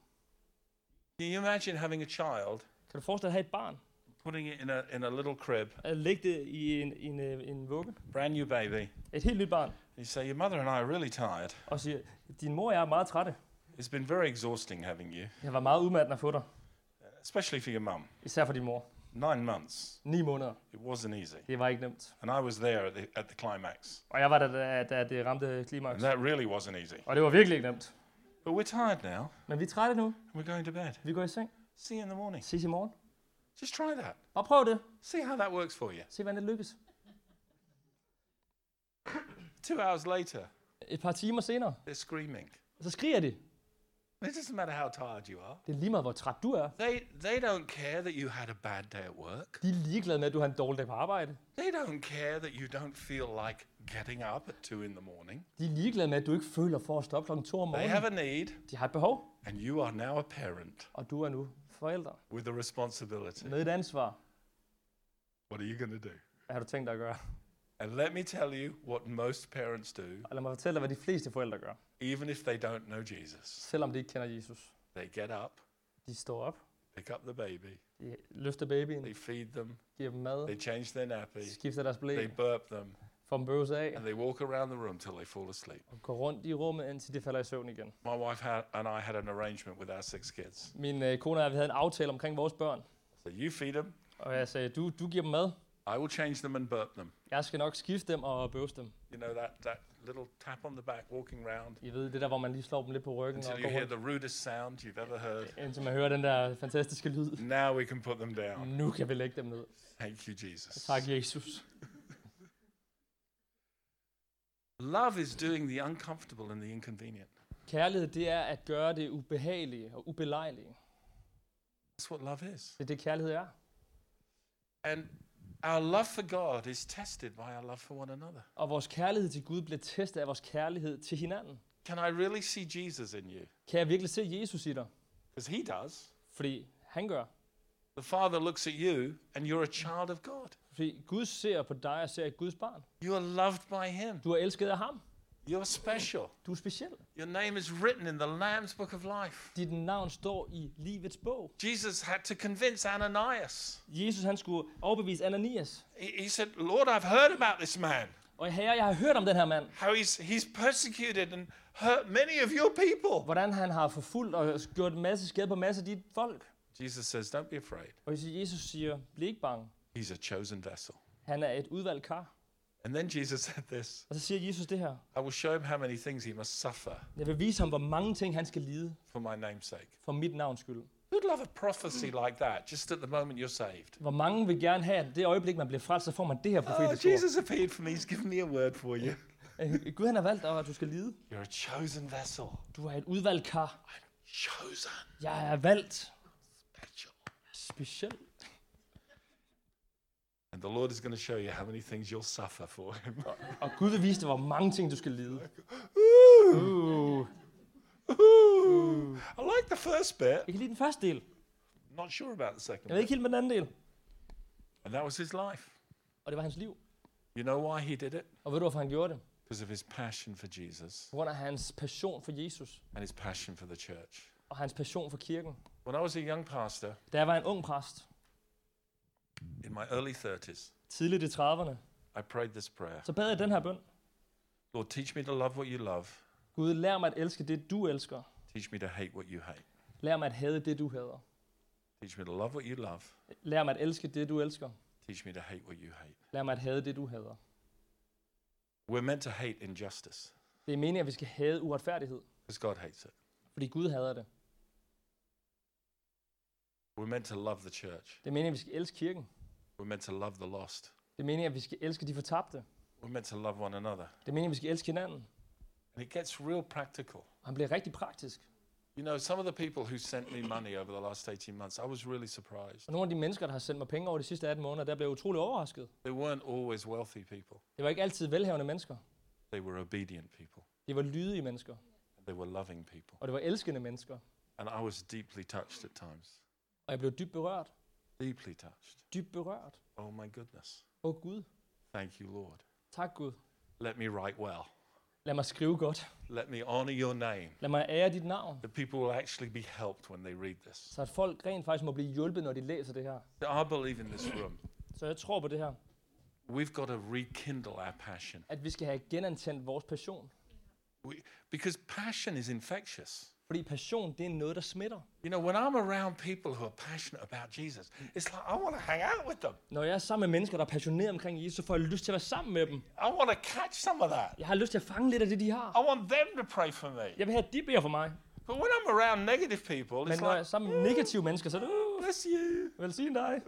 S2: Can you imagine having a child,
S1: Kan du forestille dig at have et barn?
S2: putting it in a, in a little crib,
S1: At lægge det i en, en, øh, en vugge?
S2: brand new baby,
S1: Et helt nyt barn.
S2: and you say, Your mother and I are really tired.
S1: Og sige, din mor og jeg er meget trætte.
S2: It's been very exhausting having you,
S1: Jeg var meget udmattende at få dig.
S2: especially for your mum.
S1: Især for din mor.
S2: Nine months.
S1: Ni måneder.
S2: It wasn't easy.
S1: Det var ikke nemt.
S2: And I was there at the, at the climax.
S1: Og jeg var der, da, da det ramte klimaks.
S2: And that really wasn't easy.
S1: Og det var virkelig ikke nemt.
S2: But we're tired now.
S1: Men vi er trætte nu.
S2: We're going to bed.
S1: Vi går i seng.
S2: See you in the morning.
S1: Ses i morgen.
S2: Just try that.
S1: Bare prøv det.
S2: See how that works for you.
S1: Se, hvordan det lykkes.
S2: Two hours later,
S1: Et par timer senere,
S2: they're screaming.
S1: så skriger de.
S2: It doesn't matter how tired you are.
S1: Det er lige meget, hvor træt du er.
S2: They, they don't care that you had a bad day at work.
S1: De er ligeglade med, at du har en dårlig dag på arbejde.
S2: They don't care that you don't feel like getting up at two in the morning.
S1: De er ligeglade med, at du ikke føler for at stå op klokken 2 om
S2: They have
S1: morgenen.
S2: a need,
S1: De har et behov,
S2: and you are now a parent
S1: og du er nu forældre.
S2: with a responsibility.
S1: Med et ansvar.
S2: What are you going to do?
S1: Hvad har du tænkt dig at gøre?
S2: And let me tell you what most parents do,
S1: Og lad mig fortælle dig, hvad de fleste forældre gør.
S2: even if they don't know Jesus.
S1: Selvom de ikke kender Jesus.
S2: They get up,
S1: De står op,
S2: pick up the baby,
S1: de løfter babyen,
S2: they feed them,
S1: giver dem mad,
S2: they change their nappy,
S1: skifter deres blæ,
S2: they burp them,
S1: får dem bøvse af,
S2: and they walk around the room till they fall asleep.
S1: og går rundt i rummet, indtil de falder i søvn igen.
S2: My wife had, and I had an arrangement with our six kids.
S1: Min øh, kone og jeg, vi havde en aftale omkring vores børn,
S2: So you feed them,
S1: og jeg sagde, du, du giver dem mad,
S2: I will change them and burp them.
S1: jeg skal nok skifte dem og bøvse dem.
S2: You know, that, that little tap on the back, walking round
S1: I ved, det der, hvor man lige slår dem lidt på ryggen og
S2: until
S1: går
S2: you hear
S1: rundt,
S2: the rudest sound you've ever heard.
S1: indtil man hører den der fantastiske lyd.
S2: Now we can put them down.
S1: Nu kan vi lægge dem ned.
S2: Thank you, Jesus.
S1: Tak, Jesus.
S2: Love is doing the uncomfortable and the inconvenient.
S1: Kærlighed, det er at gøre det ubehagelige og ubelejlige.
S2: That's what love is.
S1: Det er det, kærlighed er.
S2: And our love for God is tested by our love for one another.
S1: Og vores kærlighed til Gud bliver testet af vores kærlighed til hinanden.
S2: Can I really see Jesus in you?
S1: Kan jeg virkelig se Jesus i dig?
S2: Because he does.
S1: Fordi han gør.
S2: The Father looks at you and you're a child of God.
S1: Fordi Gud ser på dig og ser et Guds barn.
S2: You are loved by him.
S1: Du er elsket af ham.
S2: You're special.
S1: Du er speciel.
S2: Your name is written in the Lamb's book of life.
S1: Dit navn står i livets bog.
S2: Jesus had to convince Ananias.
S1: Jesus han skulle overbevise Ananias.
S2: He, he said, Lord, I've heard about this man,
S1: Og herre, jeg har hørt om den her mand.
S2: how he's, he's persecuted and hurt many of your people.
S1: Hvordan han har forfulgt og gjort en masse skade på en masse af dit folk.
S2: Jesus says, Don't be afraid.
S1: Og Jesus siger, bliv ikke bange.
S2: He's a chosen vessel.
S1: Han er et udvalgt kar.
S2: And then Jesus said this
S1: Og så siger Jesus det her.
S2: I will show him how many things he must suffer
S1: Jeg vil vise ham, hvor mange ting han skal lide
S2: for my name's sake.
S1: for mit navns skyld.
S2: Who'd love a prophecy like that just at the moment you're saved?
S1: Hvor mange vil gerne have, at det øjeblik, man bliver frelst, så får man det her
S2: Oh,
S1: profetiske ord.
S2: Jesus appeared for me. He's given me a word for you.
S1: Øh, Gud han har valgt dig, at du skal lide.
S2: You're a chosen vessel.
S1: Du er et udvalgt kar.
S2: I'm chosen.
S1: Jeg er valgt.
S2: Special.
S1: Specielt.
S2: And the Lord is going to show you how many things you'll suffer for him.
S1: Og Gud vil vise dig, hvor mange ting, du skal lide.
S2: Ooh,
S1: Uh.
S2: ooh. I like the first bit.
S1: Jeg kan lide den første del.
S2: Not sure about the second
S1: Jeg
S2: bit.
S1: ved ikke helt med den anden del.
S2: And that was his life.
S1: Og det var hans liv.
S2: You know why he did it?
S1: Og ved du, hvorfor han gjorde det?
S2: because of his passion for Jesus
S1: på grund af hans passion for Jesus
S2: and his passion for the church.
S1: og hans passion for kirken.
S2: When I was a young pastor
S1: Da jeg var en ung præst,
S2: in my early 30s,
S1: tidligt i 30'erne,
S2: I prayed this prayer
S1: så bad jeg den her bøn.
S2: Lord, teach me to love what you love,
S1: Gud, lær mig at elske det, du elsker.
S2: teach me to hate what you hate.
S1: Lær mig at hade det, du hader.
S2: Teach me to love what you love,
S1: Lær mig at elske det, du elsker.
S2: teach me to hate what you hate.
S1: Lær mig at hade det, du hader.
S2: We're meant to hate injustice
S1: Det er meningen, at vi skal hade uretfærdighed,
S2: because God hates it.
S1: fordi Gud hader det.
S2: We're meant to love the church.
S1: Det er meningen, at vi skal elske kirken.
S2: We're meant to love the lost.
S1: Det er meningen, at vi skal elske de fortabte.
S2: We're meant to love one another.
S1: Det er meningen, at vi skal elske hinanden.
S2: And it gets real practical.
S1: Og han bliver rigtig praktisk.
S2: You know, some of the people who sent me money over the last 18 months, I was really surprised.
S1: Og nogle af de mennesker, der har sendt mig penge over de sidste 18 måneder, der blev jeg utrolig overrasket.
S2: They weren't always wealthy people,
S1: Det var ikke altid velhavende mennesker.
S2: they were obedient people,
S1: Det var lydige mennesker,
S2: they were loving people.
S1: og det var elskende mennesker.
S2: And I was deeply touched at times.
S1: Og jeg blev dybt berørt.
S2: Deeply touched.
S1: Dybt berørt.
S2: Oh my goodness.
S1: Åh Gud.
S2: Thank you, Lord.
S1: Tak Gud.
S2: Let me write well.
S1: Lad mig skrive godt.
S2: Let me honor your name.
S1: Lad mig ære dit navn.
S2: The people will actually be helped when they read this.
S1: Så at folk rent faktisk må blive hjulpet, når de læser det her.
S2: I believe in this room.
S1: Så jeg tror på det her,
S2: We've got to rekindle our passion
S1: at vi skal have genantændt vores passion.
S2: we, because passion is infectious.
S1: Fordi passion, det er noget, der smitter.
S2: You know, when I'm around people who are passionate about Jesus, it's like I want to hang out with them.
S1: Når jeg er sammen med mennesker, der er passionerede omkring Jesus, så får jeg lyst til at være sammen med dem.
S2: I want to catch some of that.
S1: Jeg har lyst til at fange lidt af det, de har.
S2: I want them to pray for me.
S1: Jeg vil have, at de beder for mig.
S2: But when I'm around negative people,
S1: Men
S2: it's
S1: når jeg
S2: like,
S1: er sammen med negative mennesker, så er det, uh,
S2: bless you.
S1: velsign dig.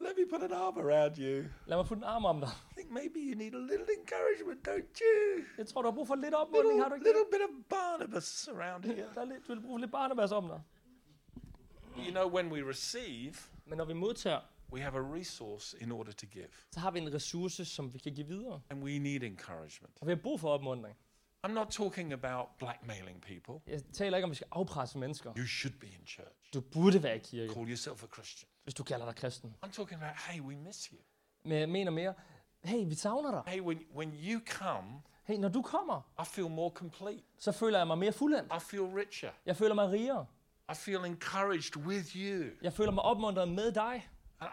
S2: Let me put an arm around you.
S1: Lad mig få en arm om dig.
S2: I think maybe you need a little encouragement, don't you?
S1: Jeg tror, du har brug for lidt opmuntring, har du
S2: Little,
S1: ikke det?
S2: little bit of Barnabas around here.
S1: Der er lidt, du vil bruge lidt barnebærs om dig.
S2: You know, when we receive,
S1: Men når vi modtager,
S2: we have a resource in order to give,
S1: så har vi en ressource, som vi kan give videre.
S2: and we need encouragement.
S1: Og vi har brug for opmuntring.
S2: I'm not talking about blackmailing people.
S1: Jeg taler ikke om, at vi skal afpresse mennesker.
S2: You should be in church.
S1: Du burde være i kirke,
S2: Call yourself a Christian.
S1: hvis du kalder dig kristen.
S2: I'm talking about, hey, we miss you.
S1: Men jeg mener mere, hey, vi savner dig.
S2: Hey, when, when you come,
S1: Hey, når du kommer,
S2: I feel more complete.
S1: så føler jeg mig mere fuldendt.
S2: I feel richer.
S1: Jeg føler mig rigere.
S2: I feel encouraged with you.
S1: Jeg føler mig opmuntret med dig.
S2: I, I,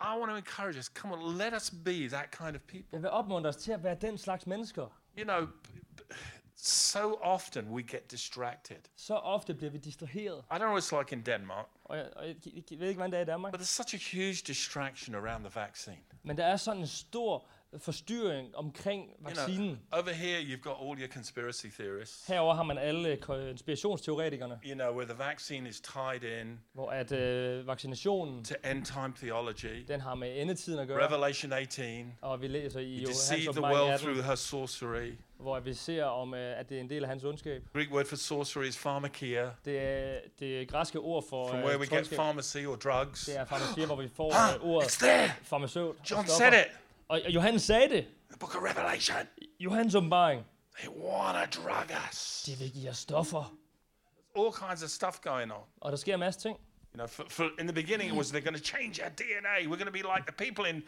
S2: I want to encourage us. Come on, let us be that kind of people.
S1: Jeg vil opmuntre os til at være den slags mennesker.
S2: You know, b- b- so often we get distracted.
S1: Så ofte bliver vi distraheret.
S2: I don't know what it's like in Denmark,
S1: Og jeg, og jeg, jeg ved ikke, hvordan det er i Danmark.
S2: but there's such a huge distraction around the vaccine.
S1: Men der er sådan en stor forstyrring omkring
S2: You know,
S1: vaccinen.
S2: over here you've got all your conspiracy theorists.
S1: Herover har man alle konspirationsteoretikerne,
S2: You know, where the vaccine is tied in
S1: hvor at øh, vaccinationen,
S2: to end time theology.
S1: den har med endetiden at gøre.
S2: Revelation 18.
S1: Og vi læser i
S2: You
S1: Johannes
S2: deceive the
S1: åbenbaring
S2: world
S1: 18,
S2: through her sorcery.
S1: hvor vi ser, om, øh, at det er en del af hans ondskab.
S2: Greek word for sorcery is pharmakia,
S1: Det, er- det græske ord for
S2: from
S1: øh,
S2: where we get
S1: troldskab,
S2: pharmacy or drugs.
S1: det er farmacia, hvor vi får
S2: Ah,
S1: øh, ordet
S2: it's there.
S1: farmaceut. og
S2: John
S1: stoffer.
S2: said it.
S1: Og, og Johannes sagde det.
S2: The book of Revelation.
S1: Johannes åbenbaring.
S2: They want to drug us.
S1: De vil give jer stoffer.
S2: All kinds of stuff going on.
S1: Og der sker en masse ting.
S2: You know, for, for in the beginning it was they're going to change our DNA. We're going to be like the people in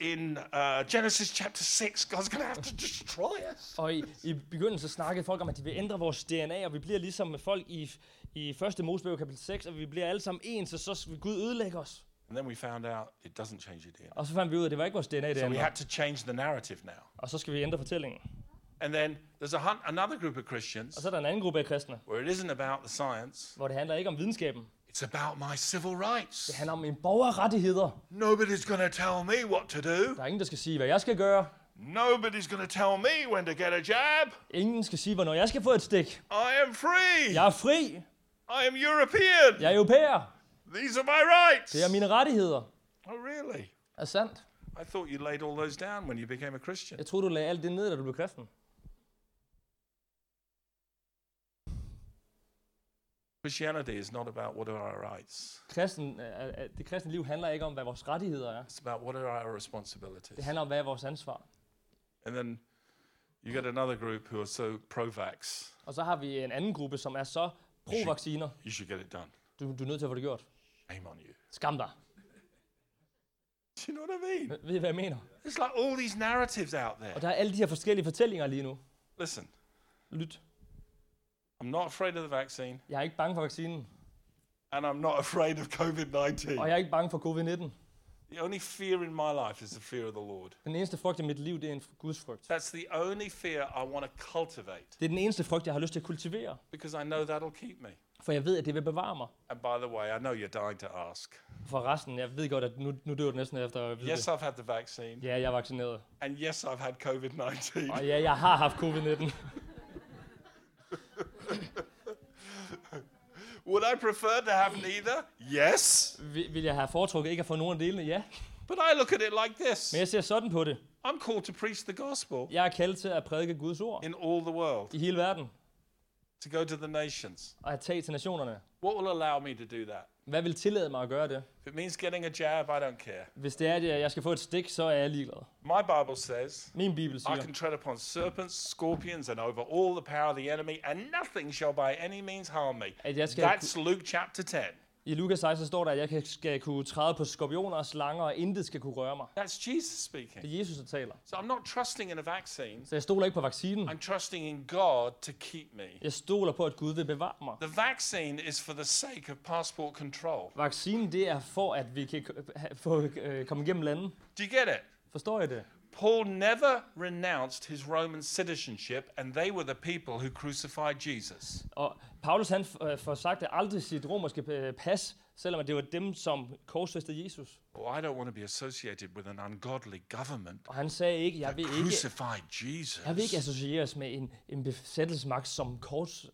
S2: in uh, Genesis chapter six. God's going to have to destroy us.
S1: Og i, i begyndelsen snakkede folk om, at de vil ændre vores DNA, og vi bliver ligesom med folk i, i 1. Mosebog kapitel 6, og vi bliver alle sammen ens, og så vil Gud ødelægge os.
S2: And then we found out it doesn't change your DNA.
S1: Og så fandt vi ud af, at det var ikke vores DNA, det
S2: So we
S1: ændrer.
S2: had to change the narrative now.
S1: Og så skal vi ændre fortællingen.
S2: And then there's a hun- another group of Christians
S1: Og så er der en anden gruppe af kristne,
S2: where it isn't about the science.
S1: hvor det handler ikke om videnskaben.
S2: It's about my civil rights.
S1: Det handler om mine borgerrettigheder.
S2: Nobody's going to tell me what to do.
S1: Der er ingen, der skal sige, hvad jeg skal gøre.
S2: Nobody's going to tell me when to get a jab.
S1: Ingen skal sige, hvornår jeg skal få et stik.
S2: I am free.
S1: Jeg er fri.
S2: I am European.
S1: Jeg er europæer.
S2: These are my rights.
S1: Det er mine rettigheder.
S2: Oh, really?
S1: Er sandt?
S2: I thought you laid all those down when you became a Christian.
S1: Jeg troede, du lagde alt det ned, da du blev kristen.
S2: Christianity is not about what are our rights.
S1: Kristen, øh, øh, det kristne liv handler ikke om, hvad vores rettigheder er.
S2: It's about what are our responsibilities.
S1: Det handler om, hvad er vores ansvar.
S2: And then you get another group who are so pro-vax.
S1: Og så har vi en anden gruppe, som er så pro-vacciner.
S2: You should get it done.
S1: Du, du er nødt til at få det gjort.
S2: Shame on you.
S1: Skam dig.
S2: Do you know what I mean?
S1: Ved I, hvad jeg mener?
S2: It's like all these narratives out there.
S1: Og der er alle de her forskellige fortællinger lige nu.
S2: Listen,
S1: Lyt.
S2: I'm not afraid of the vaccine,
S1: Jeg er ikke bange for vaccinen,
S2: and I'm not afraid of COVID 19.
S1: og jeg er ikke bange for covid-19.
S2: The only fear in my life is the fear of the Lord.
S1: Den eneste frygt i mit liv, det er en Guds frygt.
S2: That's the only fear I want to cultivate
S1: Det er den eneste frygt, jeg har lyst til at kultivere,
S2: because I know that'll keep me.
S1: for jeg ved, at det vil bevare mig.
S2: And by the way, I know you're dying to ask.
S1: For resten, jeg ved godt, at nu, nu dør det næsten efter at vide
S2: Yes,
S1: det.
S2: I've had the vaccine,
S1: Ja, jeg er vaccineret.
S2: and yes, I've had COVID 19.
S1: Og ja, jeg har haft covid-19.
S2: Would I prefer to have neither? Yes.
S1: Vil vil jeg have foretrukket ikke at få nogen af delene? Ja.
S2: But I look at it like this
S1: Men jeg ser sådan på det.
S2: I'm called to preach the gospel
S1: Jeg er kaldt til at prædike Guds ord
S2: in all the world,
S1: i hele verden
S2: to go to the nations.
S1: og at tage til nationerne.
S2: What will allow me to do that?
S1: Hvad vil tillade mig at gøre det?
S2: If it means getting a jab, I don't care.
S1: Hvis det er, at jeg jeg skal få et stik, så er jeg ligeglad.
S2: My Bible says,
S1: Min bibel
S2: I
S1: siger,
S2: can tread upon serpents, scorpions, and over all the power of the enemy, and nothing shall by any means harm me.
S1: at jeg skal...
S2: That's Luke chapter 10.
S1: I Lukas 16 står der, at jeg kan- skal kunne træde på skorpioner og slanger, og intet skal kunne røre mig.
S2: That's Jesus speaking.
S1: Det er Jesus, der taler.
S2: So I'm not trusting in a vaccine,
S1: Så jeg stoler ikke på vaccinen.
S2: I'm trusting in God to keep me.
S1: Jeg stoler på, at Gud vil bevare mig.
S2: The vaccine is for the sake of passport control.
S1: Vaccinen, det er for, at vi kan k- ha- få, øh, komme igennem landet.
S2: Do you get it?
S1: Forstår jeg det?
S2: Paul never renounced his Roman citizenship, and they were the people who crucified Jesus.
S1: Og Paulus, han f- øh, forsagte aldrig sit romerske øh, pas, selvom at det var dem, som korsfæstede Jesus.
S2: Oh, I don't want to be associated with an ungodly government.
S1: Og han sagde ikke, jeg vil ikke,
S2: Crucified Jesus.
S1: jeg vil ikke associeres med en, en besættelsesmagt, som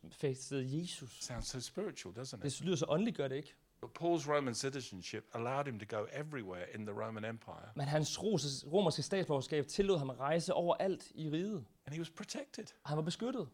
S1: korsfæstede Jesus.
S2: Sounds so spiritual, doesn't it?
S1: Det lyder så åndeligt, gør det ikke?
S2: But Paul's Roman citizenship allowed him to go everywhere in the Roman Empire,
S1: Men hans roses- romerske statsborgerskab tillod ham at rejse overalt i riget.
S2: and he was protected.
S1: Og Han var beskyttet.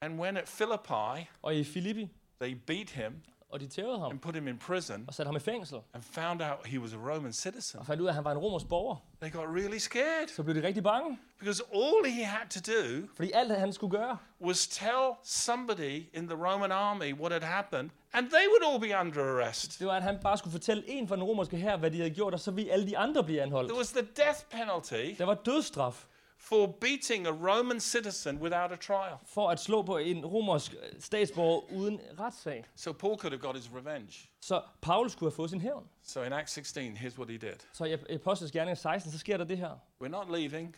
S2: And when at Philippi
S1: Og i Filippi,
S2: they beat him
S1: og de tævede ham
S2: and put him in prison
S1: og satte ham i fængsel.
S2: and found out he was a Roman citizen,
S1: Og fandt ud af, at han var en romersk borger.
S2: they got really scared
S1: Så blev de rigtig bange.
S2: because all he had to do
S1: Fordi alt, hvad han skulle gøre,
S2: was tell somebody in the Roman army what had happened, and they would all be under arrest.
S1: det var, at han bare skulle fortælle en fra den romerske her, hvad de havde gjort, og så vi alle de andre blive anholdt.
S2: There was the death penalty
S1: Der var dødsstraf
S2: for beating a Roman citizen without a trial.
S1: for at slå på en romersk øh, statsborger uden retssag.
S2: So Paul could have got his revenge.
S1: Så Paulus skulle have fået sin hævn.
S2: So in Acts 16, here's what he did.
S1: Så i Apostles Gerning 16, så sker der det her.
S2: We're not leaving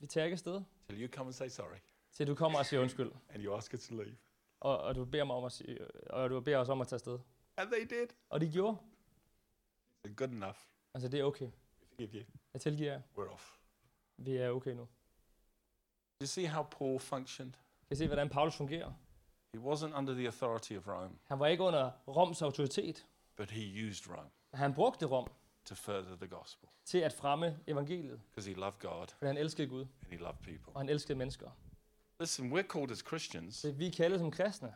S1: Vi tager ikke afsted,
S2: till you come and say sorry,
S1: til du kommer og siger undskyld.
S2: and you ask us to leave.
S1: Og, og du beder mig om at sige, øh, og du beder os om at tage afsted.
S2: And they did.
S1: Og det gjorde.
S2: Good enough.
S1: Altså, det er okay.
S2: Forgive you.
S1: Jeg tilgiver jer.
S2: We're off.
S1: Vi er okay nu.
S2: You see how Paul functioned?
S1: Kan I se, hvordan Paulus fungerer?
S2: He wasn't under the authority of Rome,
S1: Han var ikke under Roms autoritet.
S2: but he used Rome
S1: men Han brugte Rom
S2: to further the gospel
S1: til at fremme evangeliet,
S2: because he loved God
S1: fordi han elskede Gud,
S2: and he loved people.
S1: og han elskede mennesker.
S2: Listen, we're called as Christians
S1: Så vi kaldes som kristne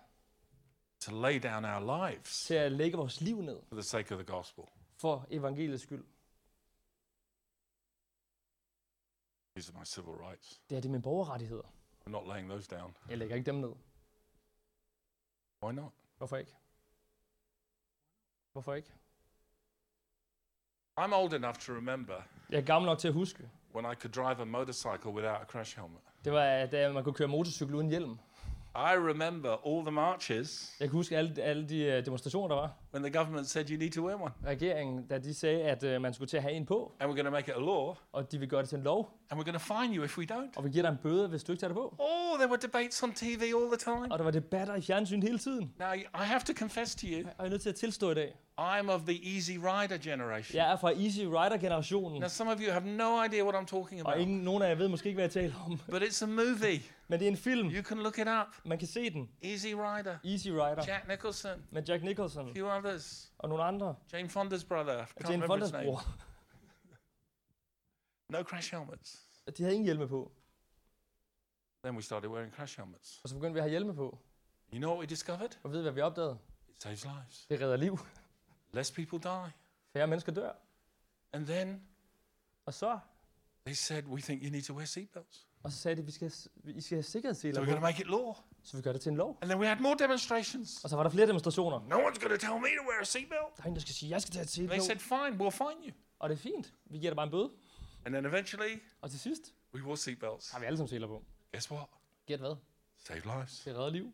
S2: to lay down our lives
S1: til at lægge vores liv ned
S2: for the sake of the gospel.
S1: for evangeliets skyld.
S2: These are my civil rights.
S1: Det er det med borgerrettigheder.
S2: I'm not laying those down.
S1: Jeg lægger ikke dem ned.
S2: Why not?
S1: Hvorfor ikke? Hvorfor ikke?
S2: I'm old enough to remember
S1: Jeg er gammel nok til at huske.
S2: when I could drive a motorcycle without a crash helmet.
S1: Det var, da man kunne køre motorcykel uden hjelm.
S2: I remember all the marches
S1: Jeg kan huske alle, alle de øh, demonstrationer, der var.
S2: when the government said you need to wear one
S1: Regeringen, da de sagde, at øh, man skulle til at have en på,
S2: and we're going to make it a law
S1: og de vil gøre det til en lov,
S2: and we're going to fine you if we don't.
S1: og vi giver dig en bøde, hvis du ikke tager det på.
S2: Oh, there were debates on TV all the time.
S1: Og der var debatter i fjernsyn hele tiden.
S2: Now, I have to confess to you,
S1: Og jeg er nødt til at tilstå i dag.
S2: I'm of the easy rider generation.
S1: Jeg er fra Easy Rider-generationen,
S2: Now, some of you have no idea what I'm talking
S1: og
S2: about,
S1: ingen, nogen af jer ved måske ikke, hvad jeg taler om.
S2: but it's a movie.
S1: Men det er en film.
S2: You can look it up.
S1: Man kan se den.
S2: Easy Rider,
S1: Easy Rider
S2: Jack Nicholson,
S1: med Jack Nicholson
S2: a few others,
S1: og nogle andre.
S2: Jane Fonda's brother. I
S1: Og
S2: Can't
S1: Jane
S2: remember
S1: Fondas
S2: his name.
S1: bror.
S2: No crash helmets.
S1: Og De havde ingen hjelme på.
S2: Then we started wearing crash helmets.
S1: Og så begyndte vi at have hjelme på.
S2: You know what we discovered?
S1: Og ved, I, hvad vi opdagede?
S2: It saves lives.
S1: Det redder liv.
S2: Less people die.
S1: Færre mennesker dør.
S2: And then
S1: Og så,
S2: they said, we think you need to wear seatbelts.
S1: og så sagde de, at vi skal, have- I skal have
S2: So
S1: sikkerhedsseler
S2: we're
S1: på.
S2: going to make it law.
S1: Så vi gør det til en lov.
S2: And then we had more demonstrations.
S1: Og så var der flere demonstrationer.
S2: No one's going to tell me to wear a seatbelt.
S1: Der er en, der skal sige, jeg skal tage et
S2: They
S1: seatbelt.
S2: said, fine, we'll fine you.
S1: Og det er fint. Vi giver dig bare en bøde.
S2: And then eventually,
S1: Og til sidst
S2: we wore seatbelts.
S1: har vi alle sammen seler på.
S2: Guess what?
S1: Gæt hvad?
S2: Saved lives.
S1: Det redder liv.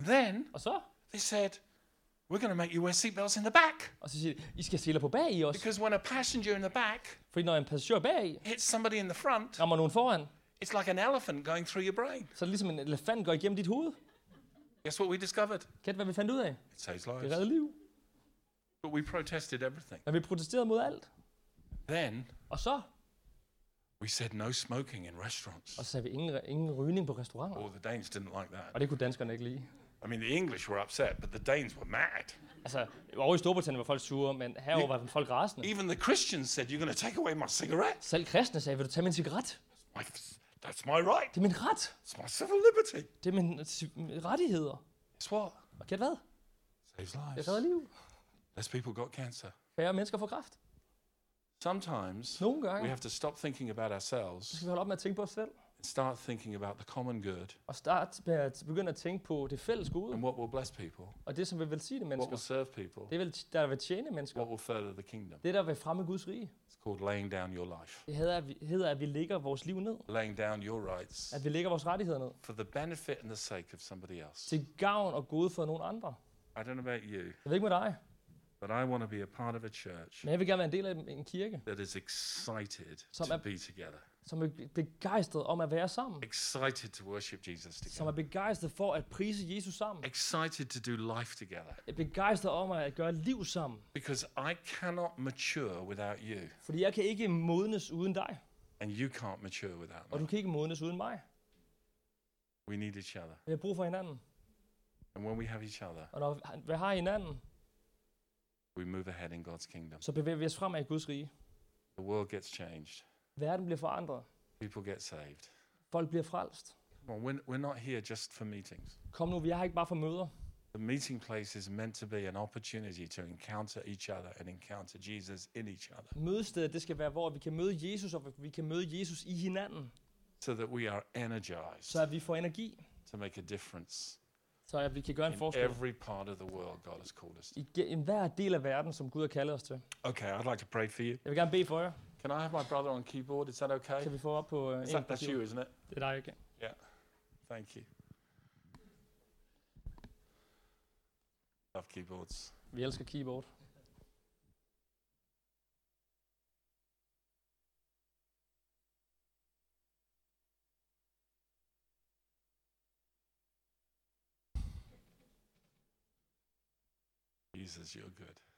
S2: And then
S1: Og så?
S2: they said, we're going to make you wear seatbelts in the back.
S1: Og så siger de, I skal have seler på bag i også.
S2: Because when a passenger in the back
S1: Fordi når en passager bag i
S2: hits somebody in the front,
S1: rammer nogen foran,
S2: it's like an elephant going through your brain.
S1: så er det ligesom en elefant går igennem dit hoved.
S2: Guess what we discovered?
S1: Gæt hvad vi fandt ud af?
S2: It saves
S1: Det
S2: lives.
S1: redder liv.
S2: But we protested everything.
S1: Men vi protesterede mod alt.
S2: Then
S1: Og så?
S2: we said no smoking in restaurants.
S1: Og så sagde vi ingen, ingen rygning på restauranter.
S2: All Oh, the Danes didn't like that.
S1: Og det kunne danskerne ikke lide.
S2: I mean, the English were upset, but the Danes were mad.
S1: Altså, over i Storbritannien var folk sure, men herover var folk rasende.
S2: Even the Christians said, You're going to take away my cigarettes.
S1: Selv kristne sagde, vil du tage min cigaret?
S2: My, that's my right.
S1: Det er min ret.
S2: It's my civil liberty.
S1: Det er mine ci- rettigheder.
S2: It's what?
S1: Og gæt hvad?
S2: Saves
S1: Det
S2: lives.
S1: redder liv.
S2: Less people got cancer.
S1: Færre mennesker får kræft.
S2: Sometimes
S1: Nogle
S2: we
S1: gange
S2: have to stop thinking about
S1: skal
S2: ourselves
S1: vi holde op med at tænke på os selv.
S2: and start thinking about the common good
S1: Og starte med at begynde at tænke på det fælles gode.
S2: and what will bless people,
S1: Og det, som vil velsigne
S2: what
S1: mennesker.
S2: will serve people,
S1: Det, vil, der vil tjene mennesker.
S2: what will further the kingdom.
S1: Det, der vil fremme Guds rige.
S2: It's called laying down your life,
S1: Det hedder, at vi, hedder, at vi lægger vores liv ned.
S2: laying down your rights
S1: At vi lægger vores rettigheder ned.
S2: for the benefit and the sake of somebody else.
S1: Til gavn og gode for nogen andre.
S2: I don't know about you,
S1: Jeg ved ikke med dig,
S2: but I want to be a part of a church
S1: men jeg vil gerne være en del af en- en kirke,
S2: that is excited
S1: Som
S2: to
S1: er-
S2: be together,
S1: som er begejstret om at være sammen.
S2: excited to worship Jesus
S1: Som
S2: together,
S1: er begejstret for at prise Jesus sammen.
S2: excited to do life together.
S1: Er begejstret om at gøre liv sammen.
S2: Because I cannot mature without you,
S1: Fordi jeg kan ikke modnes uden dig,
S2: and you can't mature without
S1: og
S2: me.
S1: du kan ikke modnes uden mig.
S2: We need each other.
S1: Vi har brug for hinanden.
S2: And when we have each other,
S1: Og når vi har hinanden,
S2: we move ahead in God's kingdom.
S1: så bevæger vi os fremad i Guds rige.
S2: The world gets changed,
S1: Verden bliver forandret.
S2: people get saved.
S1: Folk bliver frelst.
S2: Come on, we're, we're not here just for meetings.
S1: Kom nu, vi er her ikke bare for møder.
S2: The meeting place is meant to be an opportunity to encounter each other and encounter Jesus in each other
S1: Mødestedet, det skal være, hvor vi kan møde Jesus, og vi kan møde Jesus i hinanden.
S2: so that we are energized
S1: Så at vi får energi.
S2: to make a difference
S1: Så at vi kan gøre en
S2: in
S1: forskel.
S2: every part of the world God has called us to.
S1: i ge- i hver del af verden, som Gud har kaldet os til.
S2: Okay, I'd like to pray for you.
S1: Jeg vil gerne bede for jer.
S2: Can I have my brother on keyboard? Is that okay?
S1: Kan vi få op på øh,
S2: Is
S1: en
S2: that, that's you, isn't it?
S1: Det er dig, ikke?
S2: Yeah. Thank you. Love keyboards.
S1: Vi elsker keyboard.
S2: Jesus, you're good.